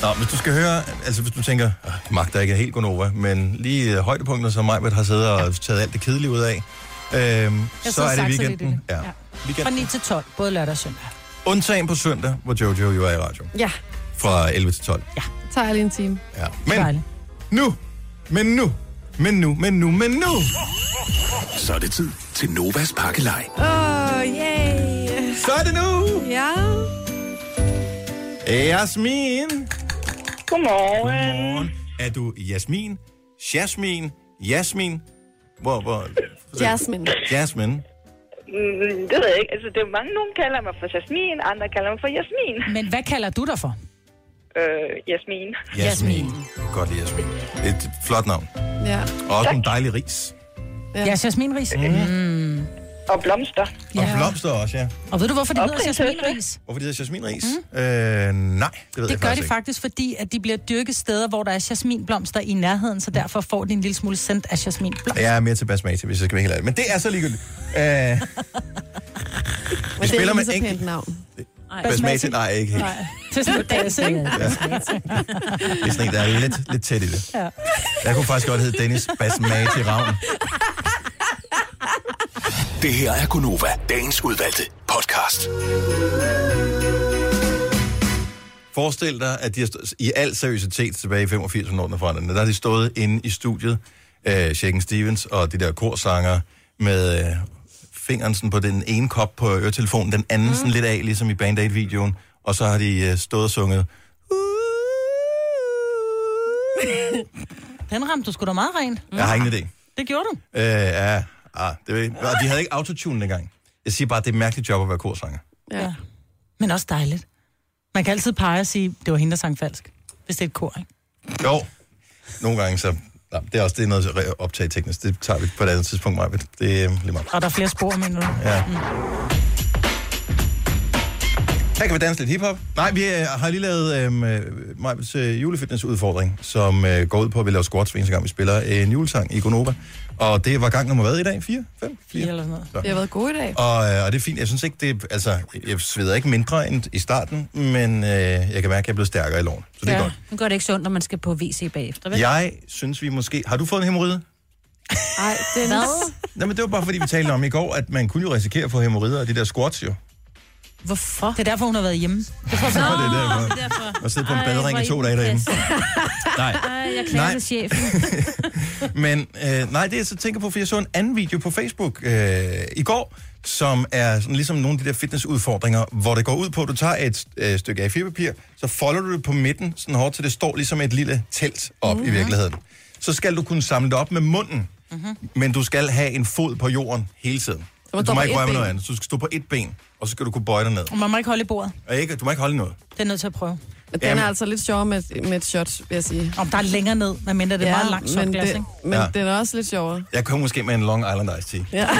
Speaker 1: Nå, hvis du skal høre, altså hvis du tænker, "Åh, magter ikke er helt Gonova, men lige øh, højdepunkter, som mig har siddet og taget alt det kedelige ud af, øhm, så
Speaker 2: sidder
Speaker 1: er
Speaker 2: og
Speaker 1: det
Speaker 2: sakser lidt i
Speaker 1: weekenden.
Speaker 2: det.
Speaker 1: Ja.
Speaker 2: Ja. fra
Speaker 1: Weekend.
Speaker 2: 9 til 12, både lørdag og søndag.
Speaker 1: Undtagen på søndag, hvor Jojo jo er i radio.
Speaker 3: Ja,
Speaker 1: Fra 11 til 12.
Speaker 3: tager jeg lige en time.
Speaker 1: Ja. Men
Speaker 2: Dejligt.
Speaker 1: nu, men nu, men nu, men nu, men nu.
Speaker 6: Så er det tid til Novas pakkelej.
Speaker 3: Åh, oh, yay.
Speaker 1: Så er det nu.
Speaker 3: Ja.
Speaker 1: Jasmin.
Speaker 7: Godmorgen.
Speaker 1: Godmorgen. Er du Jasmin? Jasmin? Jasmin? Hvor, hvor?
Speaker 3: Jasmine.
Speaker 1: Jasmin.
Speaker 7: Mm, det ved jeg ikke. Altså, det er mange, nogen kalder mig for Jasmin, andre kalder mig for Jasmin.
Speaker 2: Men hvad kalder du dig for?
Speaker 7: Øh, Jasmin.
Speaker 1: Jasmin. Godt lide Jasmin. Et flot navn.
Speaker 3: Ja.
Speaker 1: Og også en dejlig ris.
Speaker 3: Ja.
Speaker 2: Ja, ja Jasmin Ries. Mm.
Speaker 7: Og blomster.
Speaker 1: Og
Speaker 2: Ja.
Speaker 1: blomster også, ja.
Speaker 2: Og ved du, hvorfor det
Speaker 7: Og
Speaker 2: hedder Jasmin Ries?
Speaker 1: Hvorfor de hedder jasminris? Mm. Øh, nej, det ved jeg
Speaker 2: Det gør
Speaker 1: faktisk
Speaker 2: de
Speaker 1: ikke.
Speaker 2: faktisk, fordi at de bliver dyrket steder, hvor der er jasminblomster i nærheden, så derfor får de en lille smule sendt af jasminblomster.
Speaker 1: Jeg er mere til basmati, hvis jeg skal være helt ærlig. Men det er så ligegyldigt. Øh,
Speaker 3: Men det er
Speaker 1: spiller
Speaker 3: ikke
Speaker 1: med
Speaker 3: lige så
Speaker 1: enkelt-
Speaker 3: pænt navn.
Speaker 1: basmati, nej, ikke helt.
Speaker 2: Det er sådan noget dans, ikke?
Speaker 1: Det er sådan en, der er lidt, lidt tæt i det. Ja. Jeg kunne faktisk godt hedde Dennis Basmati Ravn.
Speaker 6: Det her er Gonova, dagens udvalgte podcast.
Speaker 1: Forestil dig, at de har stå- i al seriøsitet tilbage i 85 når den er forandret, der har de stået inde i studiet, øh, Shaken Stevens og de der korsanger med øh, fingeren sådan på den ene kop på øretelefonen, den anden mm. sådan lidt af, ligesom i Band Aid-videoen, og så har de øh, stået og sunget.
Speaker 2: Den ramte du sgu da meget rent.
Speaker 1: Jeg har ingen idé.
Speaker 2: Det gjorde du.
Speaker 1: Øh, ja, ah, det ved jeg. ikke. Og de havde ikke autotune dengang. Jeg siger bare, at det er et mærkeligt job at være korsanger.
Speaker 3: Ja.
Speaker 2: Men også dejligt. Man kan altid pege og sige, det var hende, der sang falsk. Hvis det er et kor, ikke?
Speaker 1: Jo, nogle gange så... Nej, det er også det er noget optaget teknisk. Det tager vi på et andet tidspunkt, Maja. Det er øh, lige meget.
Speaker 2: Og der er flere spor, men nu.
Speaker 1: Ja. Her kan vi danse lidt hiphop. Nej, vi øh, har lige lavet øh, Majbets øh, julefitnessudfordring, som øh, går ud på, at vi laver squats hver eneste gang, vi spiller øh, en julesang i Gonova. Og det var gang nummer hvad i dag? 4? 5?
Speaker 2: Fire
Speaker 1: 4?
Speaker 2: eller sådan noget.
Speaker 3: Det har været god i dag.
Speaker 1: Og, øh, og det er fint. Jeg synes ikke, det altså, jeg sveder ikke mindre end i starten, men øh, jeg kan mærke, at jeg er blevet stærkere i loven. Så det er ja. godt.
Speaker 4: Nu gør det ikke sundt, når man skal på WC bagefter, vel?
Speaker 1: Jeg synes, vi måske... Har du fået en hemorrhide?
Speaker 3: Ej, den
Speaker 1: Nej, men det var bare, fordi vi talte om i går, at man kunne jo risikere at få hemorrider af de der squats, jo.
Speaker 4: Hvorfor?
Speaker 2: Det er derfor, hun har været hjemme.
Speaker 1: Så er det
Speaker 4: Nå,
Speaker 1: derfor.
Speaker 4: det er derfor.
Speaker 1: Og sidde på en
Speaker 4: Ej,
Speaker 1: badering
Speaker 4: hvor
Speaker 1: i to
Speaker 4: I
Speaker 1: dage derinde. Nej.
Speaker 4: Ej, jeg
Speaker 1: Nej.
Speaker 4: klager til chefen.
Speaker 1: Men øh, nej, det jeg så tænker på, for jeg så en anden video på Facebook øh, i går, som er sådan ligesom nogle af de der fitnessudfordringer, hvor det går ud på, at du tager et øh, stykke A4-papir, så folder du det på midten sådan hårdt, så det står ligesom et lille telt op mm-hmm. i virkeligheden. Så skal du kunne samle det op med munden, mm-hmm. men du skal have en fod på jorden hele tiden.
Speaker 3: Mhm. må
Speaker 1: Du
Speaker 3: stå
Speaker 1: må
Speaker 3: på
Speaker 1: ikke
Speaker 3: et
Speaker 1: røre med
Speaker 3: ben.
Speaker 1: noget andet. Så du skal stå på et ben, og så skal du kunne bøje dig ned.
Speaker 2: Man må ikke holde i bordet.
Speaker 1: Og ikke, du må ikke holde noget.
Speaker 2: Det er nødt til at prøve.
Speaker 3: Men den
Speaker 1: Jamen.
Speaker 3: er altså lidt sjovere med, med et shot, vil jeg sige.
Speaker 2: Om der er længere ned, medmindre det er ja, meget langt
Speaker 3: men,
Speaker 2: sokglas, ikke?
Speaker 3: men
Speaker 1: Ja.
Speaker 3: den er også lidt sjovere.
Speaker 1: Jeg kom måske med en Long Island Ice Tea.
Speaker 3: Ja.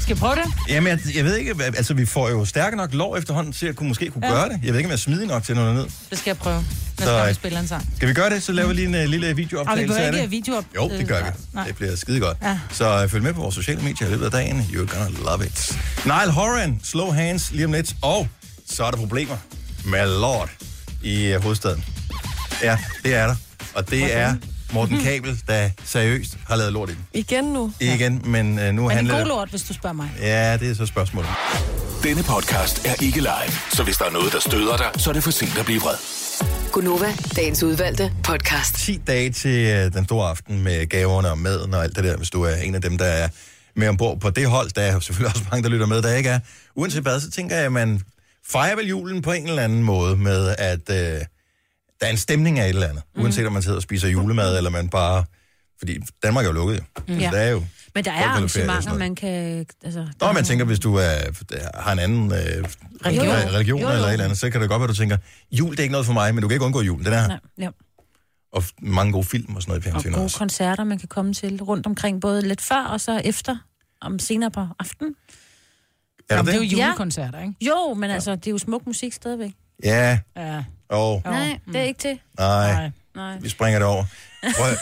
Speaker 2: Skal jeg prøve det?
Speaker 1: Jamen, jeg, jeg ved ikke, hvad- altså vi får jo stærke nok lov efterhånden til at kunne, måske kunne ja. gøre det. Jeg ved ikke, om jeg er smidig nok til noget ned.
Speaker 2: Det skal jeg prøve. Næste
Speaker 1: Så,
Speaker 2: gang vi
Speaker 1: øh,
Speaker 2: spiller en sang.
Speaker 1: Skal vi gøre det, så laver vi lige en uh, lille
Speaker 2: Og vi
Speaker 1: videooptagelse
Speaker 2: behøver
Speaker 1: af
Speaker 2: ikke
Speaker 1: det.
Speaker 2: video op.
Speaker 1: Jo, det gør vi.
Speaker 2: Nej.
Speaker 1: Det bliver skide godt.
Speaker 2: Ja.
Speaker 1: Så uh, følg med på vores sociale medier i løbet af dagen. You're gonna love it. Nile Horan, Slow Hands, lige om lidt. Og så er der problemer med lort i uh, hovedstaden. Ja, det er der. Og det er Morten Kabel, der seriøst har lavet lort i den.
Speaker 3: Igen nu.
Speaker 1: Igen, men uh, nu
Speaker 2: Men en
Speaker 1: handler
Speaker 2: god
Speaker 1: det...
Speaker 2: lort, hvis du spørger mig.
Speaker 1: Ja, det er så spørgsmålet.
Speaker 6: Denne podcast er ikke live, så hvis der er noget, der støder dig, så er det for sent at blive vred.
Speaker 5: Gunova, dagens udvalgte podcast.
Speaker 1: 10 dage til øh, den store aften med gaverne og maden og alt det der, hvis du er en af dem, der er med ombord på det hold. Der er jo selvfølgelig også mange, der lytter med, der ikke er. Uanset hvad, så tænker jeg, at man fejrer vel julen på en eller anden måde med, at øh, der er en stemning af et eller andet. Uanset om man sidder og spiser julemad, eller man bare... Fordi Danmark er jo lukket, jo. Mm. Der er jo...
Speaker 4: Men der er
Speaker 1: Folkevalgferie og sådan
Speaker 4: arrangementer,
Speaker 1: noget.
Speaker 4: man kan... Altså,
Speaker 1: Nå, man tænker, hvis du er, har en anden øh, religion, religion
Speaker 4: Jo,
Speaker 1: jo, jo.
Speaker 4: jo.
Speaker 1: eller et eller andet, så kan det godt være, du tænker, jul det er ikke noget for mig, men du kan ikke undgå jul. Den er her.
Speaker 4: Nej, ja.
Speaker 1: Og f- mange gode film og sådan noget i
Speaker 4: Og
Speaker 1: fjernsynet
Speaker 4: gode
Speaker 1: også.
Speaker 4: koncerter, man kan komme til rundt omkring, både lidt før og så efter, om senere på aftenen.
Speaker 1: Er der
Speaker 2: Jamen, det er
Speaker 1: det?
Speaker 2: jo julekoncerter, ikke?
Speaker 4: Jo, men altså, det er jo smuk musik stadigvæk.
Speaker 1: Ja,
Speaker 2: Ja.
Speaker 1: og
Speaker 2: Jo.
Speaker 4: Nej, det er ikke til.
Speaker 1: nej,
Speaker 2: Nej.
Speaker 4: Nej.
Speaker 1: vi springer det over. Prøv, at-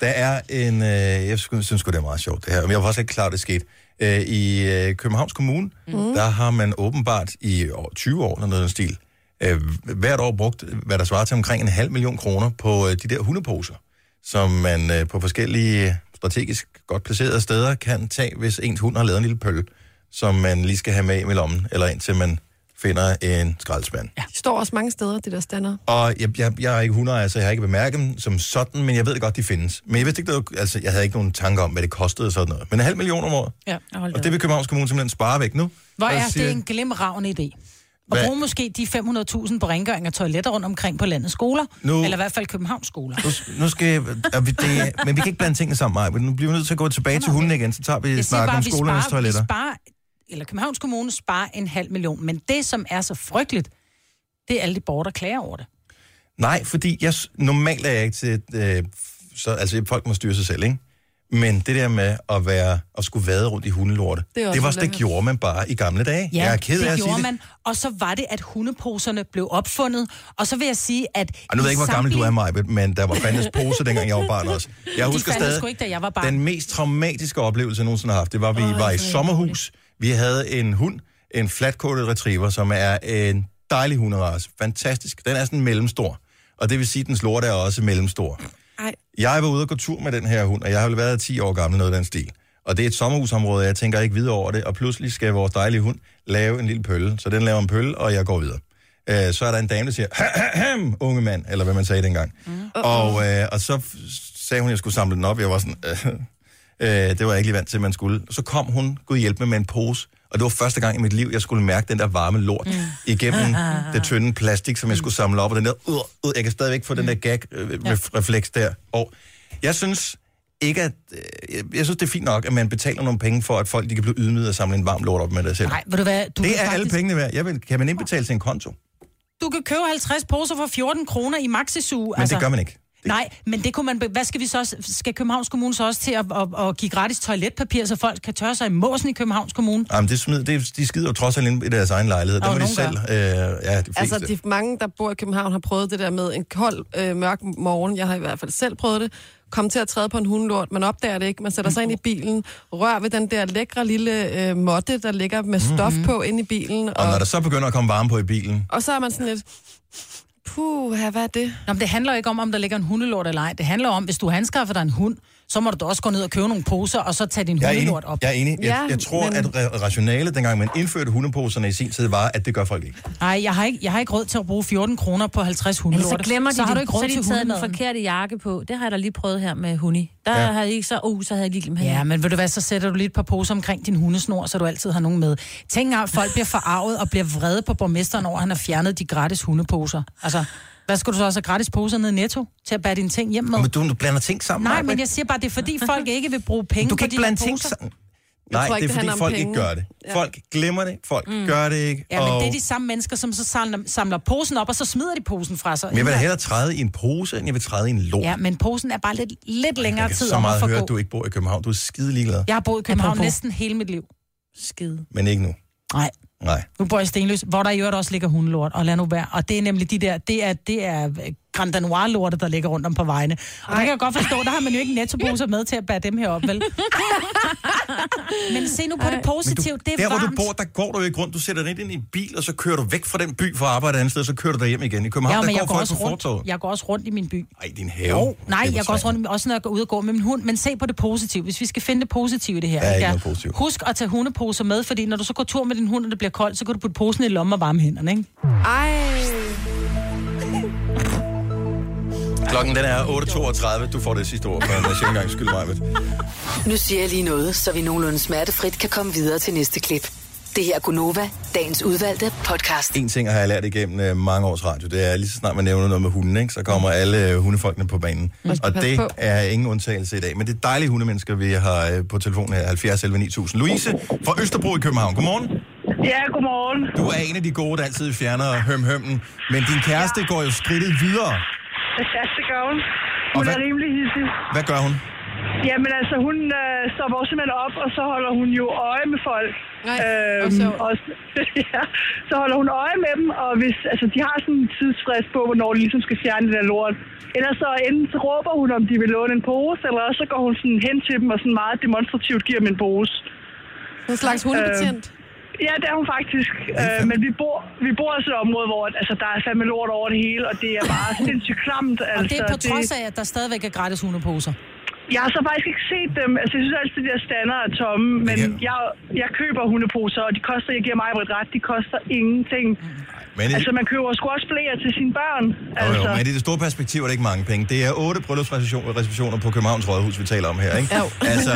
Speaker 1: der er en, øh, jeg synes synes sgu, det er meget sjovt det her, men jeg var faktisk ikke klar, over, det skete. Øh, I øh, Københavns Kommune, mm. der har man åbenbart i år, 20 år eller noget i den stil, øh, hvert år brugt, hvad der svarer til omkring en halv million kroner på øh, de der hundeposer, som man øh, på forskellige strategisk godt placerede steder kan tage, hvis ens hund har lavet en lille pøl, som man lige skal have med hjem i lommen, eller indtil man finder en skraldespand.
Speaker 3: De står også mange steder, de der stander.
Speaker 1: Og jeg, jeg, jeg er ikke 100, altså jeg har ikke bemærket dem som sådan, men jeg ved godt, de findes. Men jeg vidste ikke, det var, altså jeg havde ikke nogen tanker om, hvad det kostede og sådan noget. Men en halv million om året.
Speaker 2: ja.
Speaker 4: Hold da
Speaker 1: Og det
Speaker 4: op.
Speaker 1: vil Københavns Kommune simpelthen spare væk nu.
Speaker 2: Hvor
Speaker 1: Og
Speaker 2: er
Speaker 1: siger-
Speaker 2: det en glimravende idé? Og
Speaker 1: Hvad-
Speaker 2: bruge måske de 500.000 på rengøring og toiletter rundt omkring på landets skoler.
Speaker 1: Nu-
Speaker 2: Eller i hvert fald Københavns skoler.
Speaker 1: Nu, nu skal er vi, det, men vi kan ikke blande tingene sammen, Maja. Nu bliver vi nødt til at gå tilbage til hunden igen, så tager vi
Speaker 2: Jeg siger
Speaker 1: snakken
Speaker 2: bare,
Speaker 1: om
Speaker 2: vi
Speaker 1: skolernes
Speaker 2: sparer, vi
Speaker 1: toiletter.
Speaker 2: sparer, eller Københavns Kommune sparer en halv million. Men det, som er så frygteligt, det er alle de borgere, der klager over det.
Speaker 1: Nej, fordi jeg, s- normalt er jeg ikke til... Øh, så, altså, folk må styre sig selv, ikke? Men det der med at være og skulle vade rundt i hundelorte,
Speaker 3: Det er
Speaker 1: det,
Speaker 3: også
Speaker 1: det var også det
Speaker 3: ulækkert.
Speaker 1: gjorde man bare i gamle dage. jeg er ked
Speaker 2: det
Speaker 1: af at sige
Speaker 2: gjorde
Speaker 1: det.
Speaker 2: man. Og så var det, at hundeposerne blev opfundet. Og så vil jeg sige, at...
Speaker 1: Og nu ved jeg ikke, hvor gammel du er,
Speaker 2: samtlige-
Speaker 1: Maja, men der var fandtes pose, dengang jeg var barn også. Jeg husker
Speaker 2: fandtes
Speaker 1: stadig,
Speaker 2: sgu ikke, da jeg var barn.
Speaker 1: den mest traumatiske oplevelse, jeg nogensinde har haft, det var, at vi var i sommerhus. Vi havde en hund, en flatkålet retriever, som er en dejlig hunderace. Fantastisk. Den er sådan mellemstor. Og det vil sige, at dens lort er også mellemstor.
Speaker 3: Ej,
Speaker 1: Jeg var ude og gå tur med den her hund, og jeg har vel været 10 år gammel, noget af den stil. Og det er et sommerhusområde, og jeg tænker ikke videre over det, og pludselig skal vores dejlige hund lave en lille pølle. Så den laver en pølle, og jeg går videre. Øh, så er der en dame, der siger, "Ahem, unge mand, eller hvad man sagde dengang. Mm. Og, øh, og så f- sagde hun, at jeg skulle samle den op. Jeg var sådan, "Øh, øh, det var jeg ikke lige vant til, at man skulle. Så kom hun, gud hjælp mig, med en pose. Og det var første gang i mit liv, jeg skulle mærke den der varme lort mm. igennem det tynde plastik, som jeg skulle samle op. Og den der, ud, ud, jeg kan stadigvæk få den der gag-refleks der. Og jeg synes ikke, at... øh, Jeg, jeg synes, det er fint nok, at man betaler nogle penge for, at folk de kan blive ydmyget og samle en varm lort op med det selv.
Speaker 2: Nej, ved du hvad? Du
Speaker 1: Det
Speaker 2: kan
Speaker 1: er alle
Speaker 2: faktisk-
Speaker 1: pengene værd. Jeg vil, kan man indbetale til en konto? Men
Speaker 2: Du kan købe 50 poser for 14 kroner i Maxisu. Men
Speaker 1: det gør man ikke.
Speaker 2: Nej, men det kunne man... be- Hvad skal vi så... også- Skal Københavns Kommune så også til at, at, at give gratis toiletpapir, så folk kan tørre sig i måsen i Københavns Kommune?
Speaker 1: Jamen, det smid, det, de skider jo trods alt ind i deres egen lejlighed. Det
Speaker 2: Og
Speaker 1: må de
Speaker 2: nogen
Speaker 1: selv... Øh, ja, de fleste.
Speaker 3: altså, de mange, der bor i København, har prøvet det der med en kold, øh, mørk morgen. Jeg har i hvert fald selv prøvet det. Kom til at træde på en hundelort. Man opdager det ikke. Man sætter sig ind i bilen, rør ved den der lækre lille øh, måtte, der ligger med stof på inde i bilen. Og,
Speaker 1: Mhm. Og når der så begynder at komme varme på i bilen,
Speaker 3: og så er man sådan lidt... Puh, hvad er det?
Speaker 2: Nå, men det handler jo ikke om, om der ligger en hundelort eller ej. Det handler om, hvis du handskaffer dig en hund, så må du da også gå ned og købe nogle poser, og så tage din
Speaker 1: Jeg er enig.
Speaker 2: hundelort op.
Speaker 1: Jeg, er enig. jeg,
Speaker 3: Ja,
Speaker 1: jeg tror,
Speaker 3: men-
Speaker 1: men... at ra- rationalet, dengang man indførte hundeposerne i sin tid, var, at det gør folk ikke.
Speaker 2: Nej, jeg har, ikke, jeg har ikke råd til at bruge 14 kroner på 50
Speaker 4: Men
Speaker 2: hundelorte.
Speaker 4: så glemmer de
Speaker 2: så har
Speaker 4: det.
Speaker 2: du ikke råd
Speaker 4: så har de
Speaker 2: til
Speaker 4: taget den
Speaker 2: hundemaden.
Speaker 4: forkerte jakke på. Det har jeg da lige prøvet her med Huni. Der
Speaker 1: Ja.
Speaker 4: ja. havde jeg ikke så... Uh, så havde jeg lige glemt hende.
Speaker 2: Ja, men ved du hvad, så sætter du lige et par poser omkring din hundesnor, så du altid har nogen med. Tænk at folk bliver forarvet og bliver vrede på borgmesteren over, at han har fjernet de gratis hundeposer. Altså, Hvad skulle du så også have gratis poser nede i Netto til at bære dine ting hjem med?
Speaker 1: Men du, du blander ting sammen.
Speaker 2: Nej,
Speaker 1: Maja.
Speaker 2: men jeg siger bare, det er fordi folk ikke vil bruge penge
Speaker 1: Du
Speaker 2: på
Speaker 1: kan ikke
Speaker 2: de her
Speaker 1: blande ting
Speaker 2: poser.
Speaker 1: sammen. Nej,
Speaker 3: tror
Speaker 1: det
Speaker 3: ikke,
Speaker 1: er
Speaker 3: det
Speaker 1: fordi
Speaker 3: handler om
Speaker 1: folk ikke
Speaker 3: penge.
Speaker 1: gør det.
Speaker 3: Ja.
Speaker 1: Folk glemmer det, folk gør det ikke.
Speaker 2: Mm. Ja, men
Speaker 1: og-
Speaker 2: det er de samme mennesker, som så samler, samler posen op, og så smider de posen fra sig.
Speaker 1: Men jeg vil da hellere træde i en pose, end jeg vil træde i en lort.
Speaker 2: Ja, men posen er bare lidt, lidt længere
Speaker 1: jeg kan
Speaker 2: tid
Speaker 1: så
Speaker 2: om at
Speaker 1: meget høre,
Speaker 2: forgå.
Speaker 1: at du ikke bor i København. Du er skide ligeglad,
Speaker 2: Jeg har boet i København
Speaker 4: Apropos.
Speaker 2: næsten hele mit liv.
Speaker 4: Skide.
Speaker 1: men ikke nu.
Speaker 2: Nej,
Speaker 1: Nej.
Speaker 2: nu bor jeg i Stenløs, hvor der i øvrigt også ligger hundelort, og lad nu være. Og det er nemlig de der, det er, det er øh, Grand Danois-lorte, der ligger rundt om på vejene. Og der kan jeg godt forstå, der har man jo ikke nettoposer med til at bære dem herop, vel? men se nu på det positive, det er
Speaker 1: der,
Speaker 2: varmt.
Speaker 1: hvor du bor, der går du jo ikke rundt. Du sætter dig ikke ind i en bil, og så kører du væk fra den by for at arbejde andet sted, og så kører du derhjem igen. I København,
Speaker 2: ja, men
Speaker 1: der
Speaker 2: jeg
Speaker 1: går
Speaker 2: går,
Speaker 1: folk
Speaker 2: også
Speaker 1: på
Speaker 2: rundt,
Speaker 1: fortoget.
Speaker 2: jeg går også rundt i min by.
Speaker 1: Ej, din have.
Speaker 2: Jo, nej,
Speaker 1: Kæmpe
Speaker 2: jeg går også
Speaker 1: træ.
Speaker 2: rundt, også når jeg går ud og går med min hund, men se på det positive. Hvis vi skal finde det positive i det her,
Speaker 1: Der er ikke
Speaker 2: er-
Speaker 1: noget positivt.
Speaker 2: husk at tage hundeposer med, fordi når du så går tur med din hund, og det bliver koldt, så kan du putte posen i lommen og varme hænderne, ikke?
Speaker 3: Ej,
Speaker 1: Klokken den er 8.32. Du får det sidste ord, for jeg skal ikke engang skylde mig. Med.
Speaker 5: Nu siger jeg lige noget, så vi nogenlunde smertefrit kan komme videre til næste klip. Det her er Gunova, dagens udvalgte podcast.
Speaker 1: En ting har jeg lært igennem øh, mange års radio, det er lige så snart man nævner noget med hunden, ikke, så kommer alle øh, hundefolkene på banen. Og
Speaker 3: pas
Speaker 1: det
Speaker 3: på.
Speaker 1: er ingen undtagelse i dag. Men det er dejlige hundemennesker, vi har øh, på telefonen her, 70 11 9000. Louise fra Østerbro i København. Godmorgen.
Speaker 7: Ja, godmorgen.
Speaker 1: Du er en af de gode, der altid fjerner høm-hømmen, men din kæreste går jo skridtet videre.
Speaker 7: Ja, det gør hun. Hun
Speaker 1: hvad-
Speaker 7: er rimelig hissig.
Speaker 1: Hvad gør hun?
Speaker 7: Jamen altså, hun øh, stopper også simpelthen op, og så holder hun jo øje med folk. Øhm,
Speaker 3: Nej, hvor sjovt.
Speaker 7: og, s- ja, så holder hun øje med dem, og hvis, altså, de har sådan en tidsfrist på, hvornår de ligesom skal fjerne det der lort. Ellers så enten så råber hun, om de vil låne en pose, eller også så går hun sådan hen til dem og sådan meget demonstrativt giver dem en pose.
Speaker 3: sådan en slags hundebetjent.
Speaker 7: Ja, det er hun faktisk. Øh, men vi bor, vi bor altså i et område, hvor altså, der er fandme lort over det hele, og det er bare sindssygt klamt. Altså,
Speaker 2: Og det er på trods af, at der stadigvæk er gratis hundeposer.
Speaker 7: Jeg har så faktisk ikke set dem. Altså, jeg synes altid, de der stander er tomme, men
Speaker 1: Ja.
Speaker 7: jeg, jeg køber hundeposer, og de koster, jeg giver mig ret, de koster ingenting.
Speaker 2: Mm.
Speaker 1: Men,
Speaker 7: Altså, man køber sgu også blæer til sine børn.
Speaker 1: jo,
Speaker 7: Altså,
Speaker 1: jo, men i det store perspektiv er det ikke mange penge. Det er otte bryllupsreservationer på Københavns Rådhus, vi taler om her, ikke? Altså,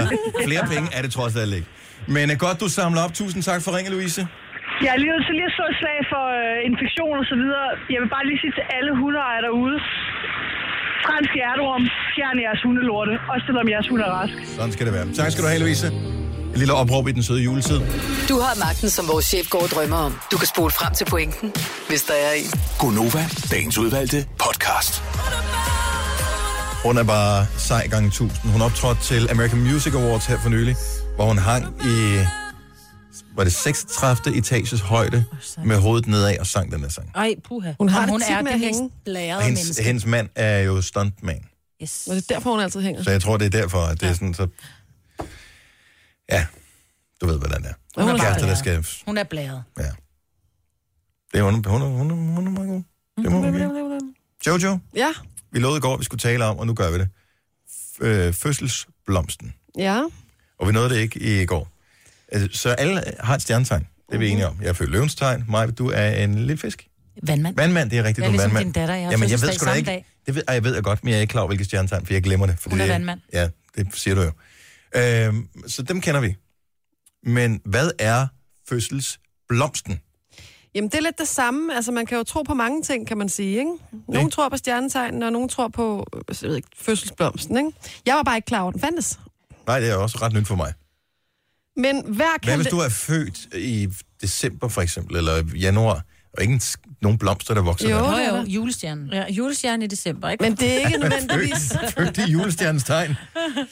Speaker 1: flere penge er det trods alt ikke. Men er godt, du samler op. Tusind tak for ringen, Louise.
Speaker 7: jeg er lige nødt til lige at slå et slag for øh, infektion og så videre. Jeg vil bare lige sige til alle hundeejere derude, fransk hjerteorm, fjern jeres hundelorte, også selvom jeres hund er rask.
Speaker 1: Sådan skal det være. Tak skal du have, Louise. Et lille opråb i den søde juletid.
Speaker 5: Du har magten, som vores chef går og drømmer om. Du kan spole frem til pointen, hvis der er en.
Speaker 6: Gonova, dagens udvalgte podcast.
Speaker 1: Hun er bare sej gange 1000. Hun optrådte til American Music Awards her for nylig, hvor hun hang i var det 36. etages højde med hovedet nedad og sang den der sang.
Speaker 4: Ej, puha.
Speaker 3: Hun har
Speaker 2: Og
Speaker 3: det
Speaker 2: hun
Speaker 3: tit
Speaker 2: er
Speaker 3: med
Speaker 2: det
Speaker 3: at
Speaker 2: mest
Speaker 3: hænge.
Speaker 4: Lærede
Speaker 1: Hendes,
Speaker 4: menneske.
Speaker 1: hendes mand er jo stuntman,
Speaker 4: Yes.
Speaker 3: Og det er derfor, hun altid hænger.
Speaker 1: så jeg tror, det er derfor, at det er sådan så... Ja, du ved, hvordan det er.
Speaker 3: Hun er
Speaker 1: Kærester,
Speaker 3: bare,
Speaker 1: der skal...
Speaker 2: Hun er blæret.
Speaker 1: Ja. Det er, hun, hun, er, hun, er, hun er meget god. Det må
Speaker 3: Mm-hmm.
Speaker 1: hun give. Jojo,
Speaker 3: ja,
Speaker 1: vi lovede i går, at vi skulle tale om, og nu gør vi det. F- øh, fødselsblomsten.
Speaker 3: ja.
Speaker 1: Og vi nåede det ikke i går. Altså, Så alle har et stjernetegn. Det er
Speaker 3: Mm-hmm.
Speaker 1: vi enige om. Jeg er født løvens tegn. Maja, du er en lille fisk.
Speaker 2: Vandmand.
Speaker 1: Vandmand, det er rigtigt, du
Speaker 2: Jeg er
Speaker 1: er
Speaker 2: ligesom
Speaker 1: vandmand.
Speaker 2: din datter, jeg har
Speaker 1: Jamen, jeg ved
Speaker 2: fødselsdag
Speaker 1: sgu da
Speaker 2: samme
Speaker 1: ikke.
Speaker 2: dag.
Speaker 1: Det ved, ej, jeg ved jeg godt, men jeg er ikke klar over, hvilket stjernetegn, for jeg glemmer det. Fordi
Speaker 2: Hun er
Speaker 1: det-
Speaker 2: vandmand.
Speaker 1: Ja, det siger du jo. Øhm, så dem kender vi. Men hvad er fødselsblomsten?
Speaker 3: Jamen, det er lidt det samme. Altså, man kan jo tro på mange ting, kan man sige, ikke? Nogle tror på stjernetegnen, og nogle tror på øh, jeg ved ikke, fødselsblomsten, ikke? Jeg var bare ikke klar over, at den fandtes.
Speaker 1: Nej, det er også ret nyt for mig.
Speaker 3: Men hver
Speaker 1: Hvad hvis
Speaker 3: kalender...
Speaker 1: du er født i december, for eksempel, eller januar, og ikke en, sk- nogen blomster, der vokser
Speaker 3: Jo,
Speaker 1: der?
Speaker 2: Nå
Speaker 3: det er
Speaker 2: jo,
Speaker 3: der.
Speaker 2: julestjernen.
Speaker 4: Ja, julestjerne i december, ikke?
Speaker 3: Men det er ikke nødvendigvis...
Speaker 1: Født, født i julestjernens tegn.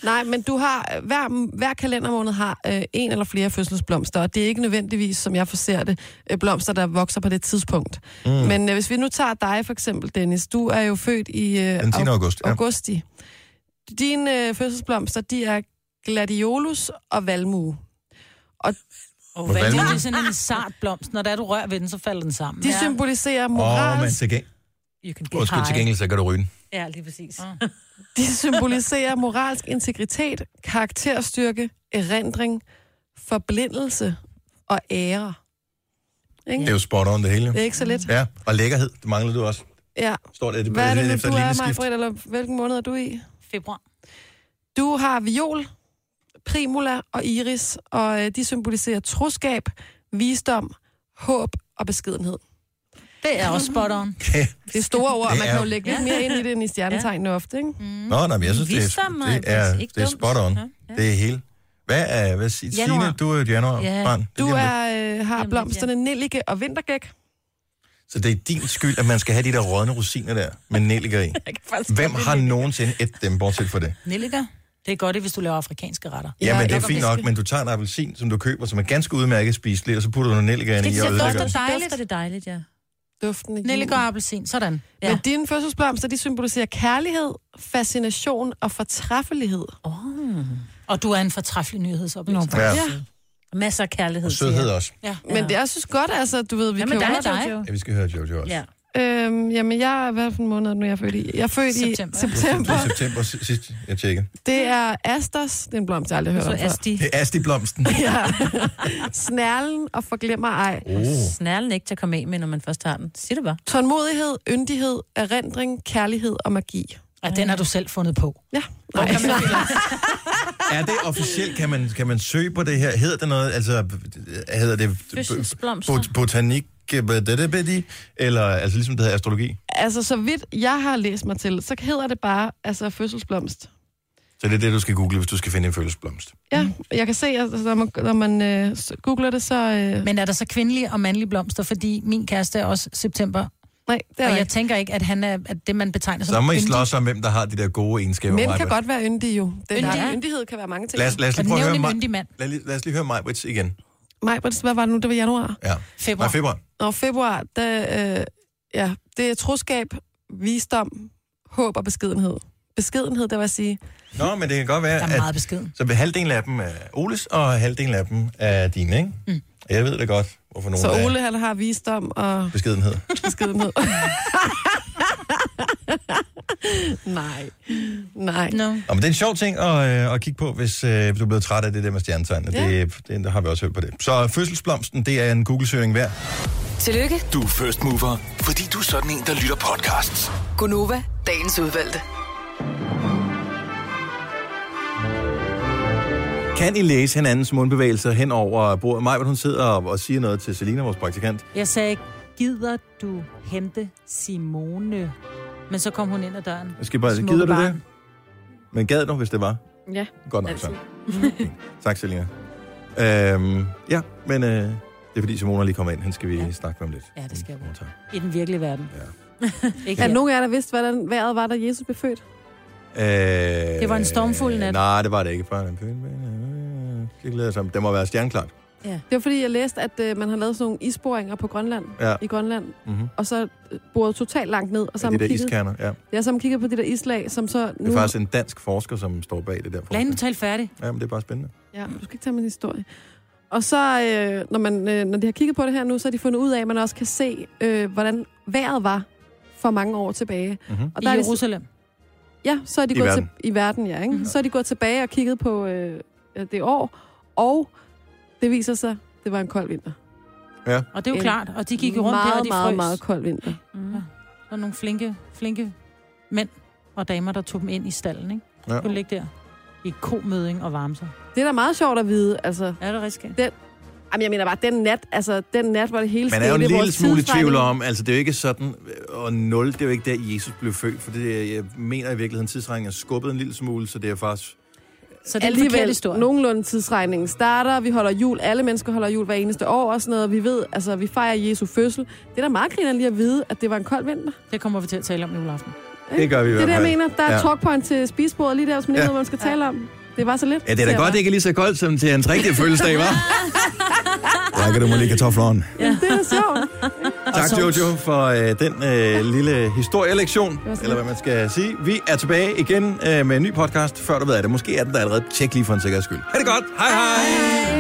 Speaker 3: Nej, men du har hver, hver kalendermåned har øh, en eller flere fødselsblomster, og det er ikke nødvendigvis, som jeg forser det, øh, blomster, der vokser på det tidspunkt. Mm. Men øh, hvis vi nu tager dig for eksempel, Dennis, du er jo født i øh,
Speaker 1: Den 10.
Speaker 3: au-
Speaker 1: august, ja.
Speaker 3: augusti. Dine øh, fødselsblomster, de er gladiolus og valmue.
Speaker 2: Og
Speaker 1: Hvor
Speaker 2: vandmand.
Speaker 1: vandmand?
Speaker 2: Det er sådan en sart blomst. Når der er, du rører ved den, så falder den sammen.
Speaker 3: De ja. symboliserer
Speaker 1: Åh, oh, men
Speaker 3: moralsk,
Speaker 1: til gengæld,
Speaker 4: You can get
Speaker 1: undskyld, til
Speaker 4: high.
Speaker 1: gengæld, så kan du ryge den.
Speaker 4: Ja, lige præcis.
Speaker 2: Ah.
Speaker 3: de symboliserer moralsk integritet, karakterstyrke, erindring, forblindelse og ære. Ikke?
Speaker 1: Det er jo spot on det hele. jo.
Speaker 3: Det er ikke så lidt.
Speaker 1: Ja, og lækkerhed, det manglede du også.
Speaker 3: Ja.
Speaker 1: Står det, det
Speaker 3: Hvad er det,
Speaker 1: lidt
Speaker 3: nu,
Speaker 1: efter
Speaker 3: du er,
Speaker 1: et linjeskift.
Speaker 3: Majbrit, eller hvilken måned er du i?
Speaker 2: Februar.
Speaker 3: Du har viol, primula og iris, og øh, de symboliserer troskab, visdom, håb og beskedenhed.
Speaker 2: Det er også spot on.
Speaker 3: Det er store ord, og
Speaker 1: Det
Speaker 3: man
Speaker 1: er-
Speaker 3: kan jo lægge lidt mere ind i det end i stjernetegn ofte, ikke?
Speaker 4: Mm.
Speaker 1: Nå, nej, men jeg synes, det
Speaker 4: Vis dig
Speaker 1: er,
Speaker 4: mig,
Speaker 1: det
Speaker 4: det er
Speaker 1: er,
Speaker 4: ikke
Speaker 1: det er
Speaker 4: dumt.
Speaker 1: spot on.
Speaker 4: Ja, ja.
Speaker 1: Det er hele. Hvad er, hvad siger
Speaker 4: Januar.
Speaker 1: Signe, du er jo et januar
Speaker 4: Ja.
Speaker 1: barn.
Speaker 3: Du er, øh, har
Speaker 4: Jamen,
Speaker 3: blomsterne nellike og vintergæk.
Speaker 1: Så det er din skyld, at man skal have de der rådne rosiner der, med nelliker i. Hvem har nogensinde et dem, bortset fra det?
Speaker 2: Nelliker. Det er godt, hvis du laver afrikanske retter.
Speaker 1: Ja, men det er
Speaker 4: nok om
Speaker 1: fint
Speaker 4: det
Speaker 1: nok,
Speaker 4: skal-
Speaker 1: men du tager en appelsin, som du køber, som er ganske udmærket spiselig, og så putter du noget nelliker ind
Speaker 2: Det
Speaker 1: i
Speaker 2: ser
Speaker 1: og
Speaker 2: dufter
Speaker 1: ødelægger.
Speaker 2: dejligt.
Speaker 1: det.
Speaker 4: Dufter det dejligt, ja.
Speaker 3: Duften i
Speaker 2: Nelliker og appelsin, sådan.
Speaker 3: Ja. Men dine fødselsblomster, de symboliserer kærlighed, fascination og fortræffelighed.
Speaker 2: Og du er en fortræffelig nyhedsoplevelse.
Speaker 1: Ja.
Speaker 4: Masser af kærlighed
Speaker 1: Og sødhed også.
Speaker 2: Ja.
Speaker 3: Men det er, jeg synes godt, altså, du ved, vi
Speaker 4: Ja,
Speaker 3: kan
Speaker 4: men
Speaker 3: jo
Speaker 4: der er
Speaker 3: godt-
Speaker 2: dig.
Speaker 4: Jojo.
Speaker 1: Ja, vi skal høre Jojo også.
Speaker 4: Ja.
Speaker 3: Øhm, jamen, jeg, hvad for en måned er det nu, jeg er født i? Jeg er født
Speaker 2: September.
Speaker 3: i
Speaker 1: Det
Speaker 3: september.
Speaker 1: var september si- sidst, jeg tjekkede.
Speaker 3: Det er Asters, det er en blomst, jeg aldrig har
Speaker 4: Så altså,
Speaker 3: hørt om før.
Speaker 4: Asti.
Speaker 1: Det er Asti-blomsten.
Speaker 3: Ja. Snærlen og forglemmer ej.
Speaker 1: Oh.
Speaker 4: Snærlen ikke til at komme af med, når man først har den. Sig det bare.
Speaker 3: Tålmodighed, yndighed, erindring, kærlighed og magi.
Speaker 2: Og den har du selv fundet på.
Speaker 3: Ja. Nej.
Speaker 1: Er det officielt? Kan man, kan man søge på det her? Hedder det noget? Altså, hedder det
Speaker 4: Fødselsblomster.
Speaker 1: bot- botanik? øh, det der, det, Eller altså ligesom det hedder astrologi?
Speaker 3: Altså, så vidt jeg har læst mig til, så hedder det bare altså, fødselsblomst.
Speaker 1: Så det er det, du skal google, hvis du skal finde en følelsesblomst.
Speaker 3: Ja,
Speaker 2: Mm.
Speaker 3: jeg kan se, altså, når man, når man øh, s- googler det, så... Øh,
Speaker 2: Men er der så kvindelige og mandlige blomster? Fordi min kæreste er også september.
Speaker 3: nej, det er
Speaker 2: Og
Speaker 3: der
Speaker 2: jeg
Speaker 3: ikke.
Speaker 2: tænker ikke, at han er at det, man betegner som
Speaker 1: Så må I
Speaker 2: yndig.
Speaker 1: slås om, hvem der har de der gode egenskaber.
Speaker 3: Mænd
Speaker 1: Maja-Brit.
Speaker 3: kan godt være yndige jo. Den
Speaker 2: Yndige?
Speaker 3: der yndighed kan være mange ting.
Speaker 1: Lad os, lad os
Speaker 2: Og
Speaker 1: lige prøve at
Speaker 2: nævn
Speaker 1: høre
Speaker 2: en
Speaker 1: mig.
Speaker 2: yndig mand.
Speaker 1: Lad, lige- lad os lige høre Majbrits igen.
Speaker 3: Maj, hvad var det nu? Det var januar.
Speaker 1: Ja.
Speaker 2: Februar.
Speaker 1: Nej, februar.
Speaker 3: Og februar, der, øh, ja, det er troskab, visdom, håb og beskedenhed. Beskedenhed, det vil jeg sige.
Speaker 1: Nå, men det kan godt være,
Speaker 2: Der er meget
Speaker 1: at
Speaker 2: beskeden.
Speaker 1: så vil halvdelen af dem er Oles, og halvdelen af dem er dine, ikke? Mm. Jeg ved det godt, hvorfor nogen
Speaker 3: Så
Speaker 1: er
Speaker 3: Ole, han har visdom og
Speaker 1: beskedenhed.
Speaker 3: beskedenhed. nej, nej.
Speaker 2: No.
Speaker 1: Nå, men det er en sjov ting at, øh, at kigge på, hvis øh, du er blevet træt af det der med stjernetegnene. Ja.
Speaker 3: Ja.
Speaker 1: Det, det, det har vi også hørt på det. Så fødselsblomsten, det er en Google-søgning værd.
Speaker 5: Tillykke,
Speaker 6: Du er first mover, fordi du er sådan en, der lytter podcasts.
Speaker 5: Gunova, dagens udvalgte.
Speaker 1: Kan I læse hinandens mundbevægelser hen over bordet? Maj, hvor hun sidder og, og siger noget til Selina, vores praktikant.
Speaker 2: Jeg sagde, gider du hente Simone? Men så kom hun ind ad døren.
Speaker 1: Jeg skal bare,
Speaker 2: Smukke
Speaker 1: gider du
Speaker 2: barn.
Speaker 1: det? Men gad du, hvis det var?
Speaker 3: Ja.
Speaker 1: Godt nok,
Speaker 3: Altid.
Speaker 1: så. Tak, Selina. Øhm, ja, men øh, det er fordi Simone lige kommer ind. Han skal vi ja. snakke med om lidt.
Speaker 2: Ja, det skal vi.
Speaker 1: Hun tager.
Speaker 2: I den virkelige verden. Ikke
Speaker 3: Er
Speaker 2: her.
Speaker 3: der nogen af jer, der vidste, hvordan vejret var, da Jesus blev født?
Speaker 1: Øh,
Speaker 2: Det var en stormfuld nat.
Speaker 1: Nej, det var det ikke. Bare en- øh, Det glæder jeg sig om. Det må være stjerneklart.
Speaker 3: Det var, fordi jeg læste, at øh, man har lavet sådan nogle isboringer på Grønland,
Speaker 1: Ja.
Speaker 3: i Grønland,
Speaker 1: Mm-hmm.
Speaker 3: og så øh, boret totalt langt ned, og Mm. så
Speaker 1: Af
Speaker 3: har
Speaker 1: de
Speaker 3: man
Speaker 1: der
Speaker 3: kigget,
Speaker 1: iskerner, ja.
Speaker 3: ja, så har man kigget på de der islag, som så
Speaker 1: Det
Speaker 3: nu...
Speaker 1: er faktisk en dansk forsker, som står bag det der
Speaker 2: Lad hende nu
Speaker 1: forslag.
Speaker 2: tale færdig.
Speaker 1: Ja, men det er bare spændende.
Speaker 3: Ja, du skal ikke tage min historie. Og så, øh, når, man, øh, når de har kigget på det her nu, så har de fundet ud af, at man også kan se, øh, hvordan vejret var for mange år tilbage.
Speaker 1: Mm-hmm.
Speaker 3: Og
Speaker 2: I
Speaker 3: der er de,
Speaker 2: Jerusalem.
Speaker 3: ja, så er de
Speaker 1: I
Speaker 3: gået
Speaker 1: verden.
Speaker 3: Til, i verden, ja, ikke?
Speaker 2: Mhm.
Speaker 3: Så er de gået tilbage og kigget på øh, det år, og det viser sig, det var en kold vinter.
Speaker 2: Og det er jo
Speaker 3: En
Speaker 2: klart. Og de gik jo rundt
Speaker 3: meget,
Speaker 2: der, og de
Speaker 3: meget,
Speaker 2: frøs.
Speaker 3: meget kold vinter.
Speaker 4: Mm.
Speaker 2: Der var nogle flinke, flinke mænd og damer, der tog dem ind i stallen, ikke?
Speaker 1: Ja.
Speaker 2: Ja. Kunne ligge der i komøding og varme sig.
Speaker 3: Det er da meget sjovt at vide, altså.
Speaker 2: Er det rigtigt?
Speaker 3: Jamen, jeg mener bare, den nat, altså, den nat, hvor det hele
Speaker 1: Man er jo en
Speaker 3: skete,
Speaker 1: lille
Speaker 3: vores
Speaker 1: smule i tvivl
Speaker 3: tidsregning-
Speaker 1: om, altså det er jo ikke sådan, og nul, det er jo ikke der, Jesus blev født, for det, er- jeg mener i virkeligheden, tidsregningen er skubbet en lille smule, så det er faktisk...
Speaker 2: Så det er en forkert
Speaker 3: alligevel
Speaker 2: historie.
Speaker 3: nogenlunde tidsregningen starter, vi holder jul, alle mennesker holder jul hver eneste år og sådan noget, vi ved, altså vi fejrer Jesu fødsel. Det er da meget griner lige at vide, at det var en kold vinter.
Speaker 2: Det kommer vi til at tale om juleaften.
Speaker 1: Det gør vi i
Speaker 3: Det er
Speaker 1: hvert
Speaker 3: det, jeg
Speaker 1: fald.
Speaker 3: mener. Der er
Speaker 1: Ja.
Speaker 3: ja. talkpoint til spisbordet lige der, hvis man ikke
Speaker 1: Ja.
Speaker 3: ja. ved, hvad man skal tale om. Det var så lidt.
Speaker 1: Ja, det er da
Speaker 3: siger
Speaker 1: godt, det
Speaker 3: jeg
Speaker 1: ikke er lige så koldt som til hans rigtige fødselsdag, hva'? Der kan du må lige kartofleren.
Speaker 3: bare. Men Det er sjovt.
Speaker 1: Tak, Jojo, for øh, den øh, lille historielektion,
Speaker 3: var så
Speaker 1: eller hvad man skal sige. Vi er tilbage igen øh, med en ny podcast, før du ved af det. Måske er den der allerede. Tjek lige for en sikkerheds skyld. Ha' det godt. Hej hej. hej.